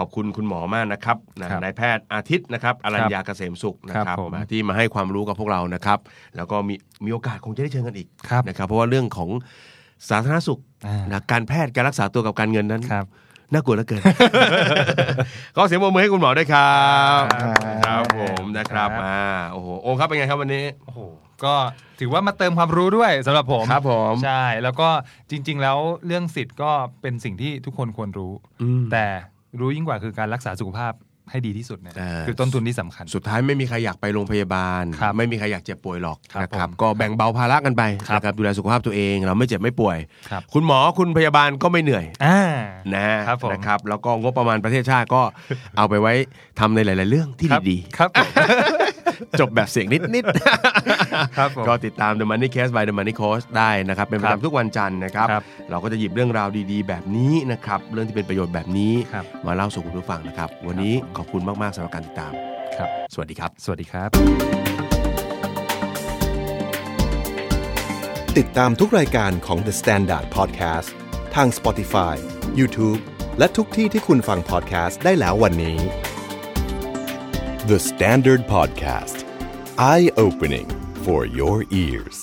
C: ขอบคุณคุณหมอมากนะครับนะครับนายแพทย์อาทิตย์นะครับอรัญญาเกษมสุขนะค
B: ค
C: รั
B: รั
C: บบ
B: ผม
C: มาที่มาให้ความรู้กับพวกเรานะครับ แล้วก็มีมีโอกาสคงจะได้เชิญกันอีก
B: ครับ
C: นะครับ เพราะว่าเรื่องของสาธารณสุข
B: อ่าน
C: นะการแพทย์การรักษาตัวกับการเงินนั้น
B: ครับ
C: น่ากลัวเหลื <laughs> อเกิน ก็เสียงปรบมือให้คุณหมอด้วยครับค
D: ครั
C: รับบ ผมนะครับ
B: ครับ
C: อ่าโอ้โหโอมครับเป็นไงครับวันนี้
B: โอ้โหก็ถือว่ามาเติมความรู้ด้วยสำหรับผม
C: ครับผม
B: ใช่ แล้วก็จริง ๆ แล้วเรื่องสิทธิ์ก็เป็นสิ่งที่ทุกคนควรรู้ แต่รู้ยิ่งกว่าคือการรักษาสุขภาพให้ดีที่สุดเนี่ย
C: อ่า
B: คือต้นทุนที่สำคัญ
C: สุดท้ายไม่มีใครอยากไปโรงพยาบาล
B: ครับ
C: ไม่มีใครอยากเจ็บป่วยหรอก
B: ครับ
C: นะครับ
B: ผม
C: ก็แบ่งเบาภาระกันไป
B: ครับ
C: นะครับดูแลสุขภาพตัวเอง เราไม่เจ็บไม่ป่วย
B: ครับ
C: คุณหมอคุณพยาบาลก็ไม่เหนื่อย
B: อ่า
C: นะฮะ
B: ครับผม
C: นะครับ แล้วก็งบประมาณประเทศชาติก็ เอาไปไว้ทำในหลาย ๆ เรื่องที่
B: ครับ
C: ดี
B: ครับผม
C: ๆ จบแบบเสียงนิด ๆ
B: ครับผม
C: ก็ติดตาม The Money Case by The Money Coach ได้นะครับ เป็นประ
B: ครับ
C: จำทุกวันจันทร์นะครับ
B: ครับ
C: เราก็จะหยิบเรื่องราวดี ๆ แบบนี้นะครับ เรื่องที่เป็นประโยชน์แบบนี้
B: ครับ
C: มาเล่าสู่คุณผู้ฟังนะครับ วันนี้ขอบคุณมาก ๆสำหรับการติดตาม
B: ครับ
C: สวัสดีครับ
B: สวัสดีครับ
A: ติดตามทุกรายการของ The Standard Podcast ทาง Spotify, YouTube และทุกที่ที่คุณฟัง podcast ได้แล้ววันนี้ The Standard Podcast Eye Opening for Your Ears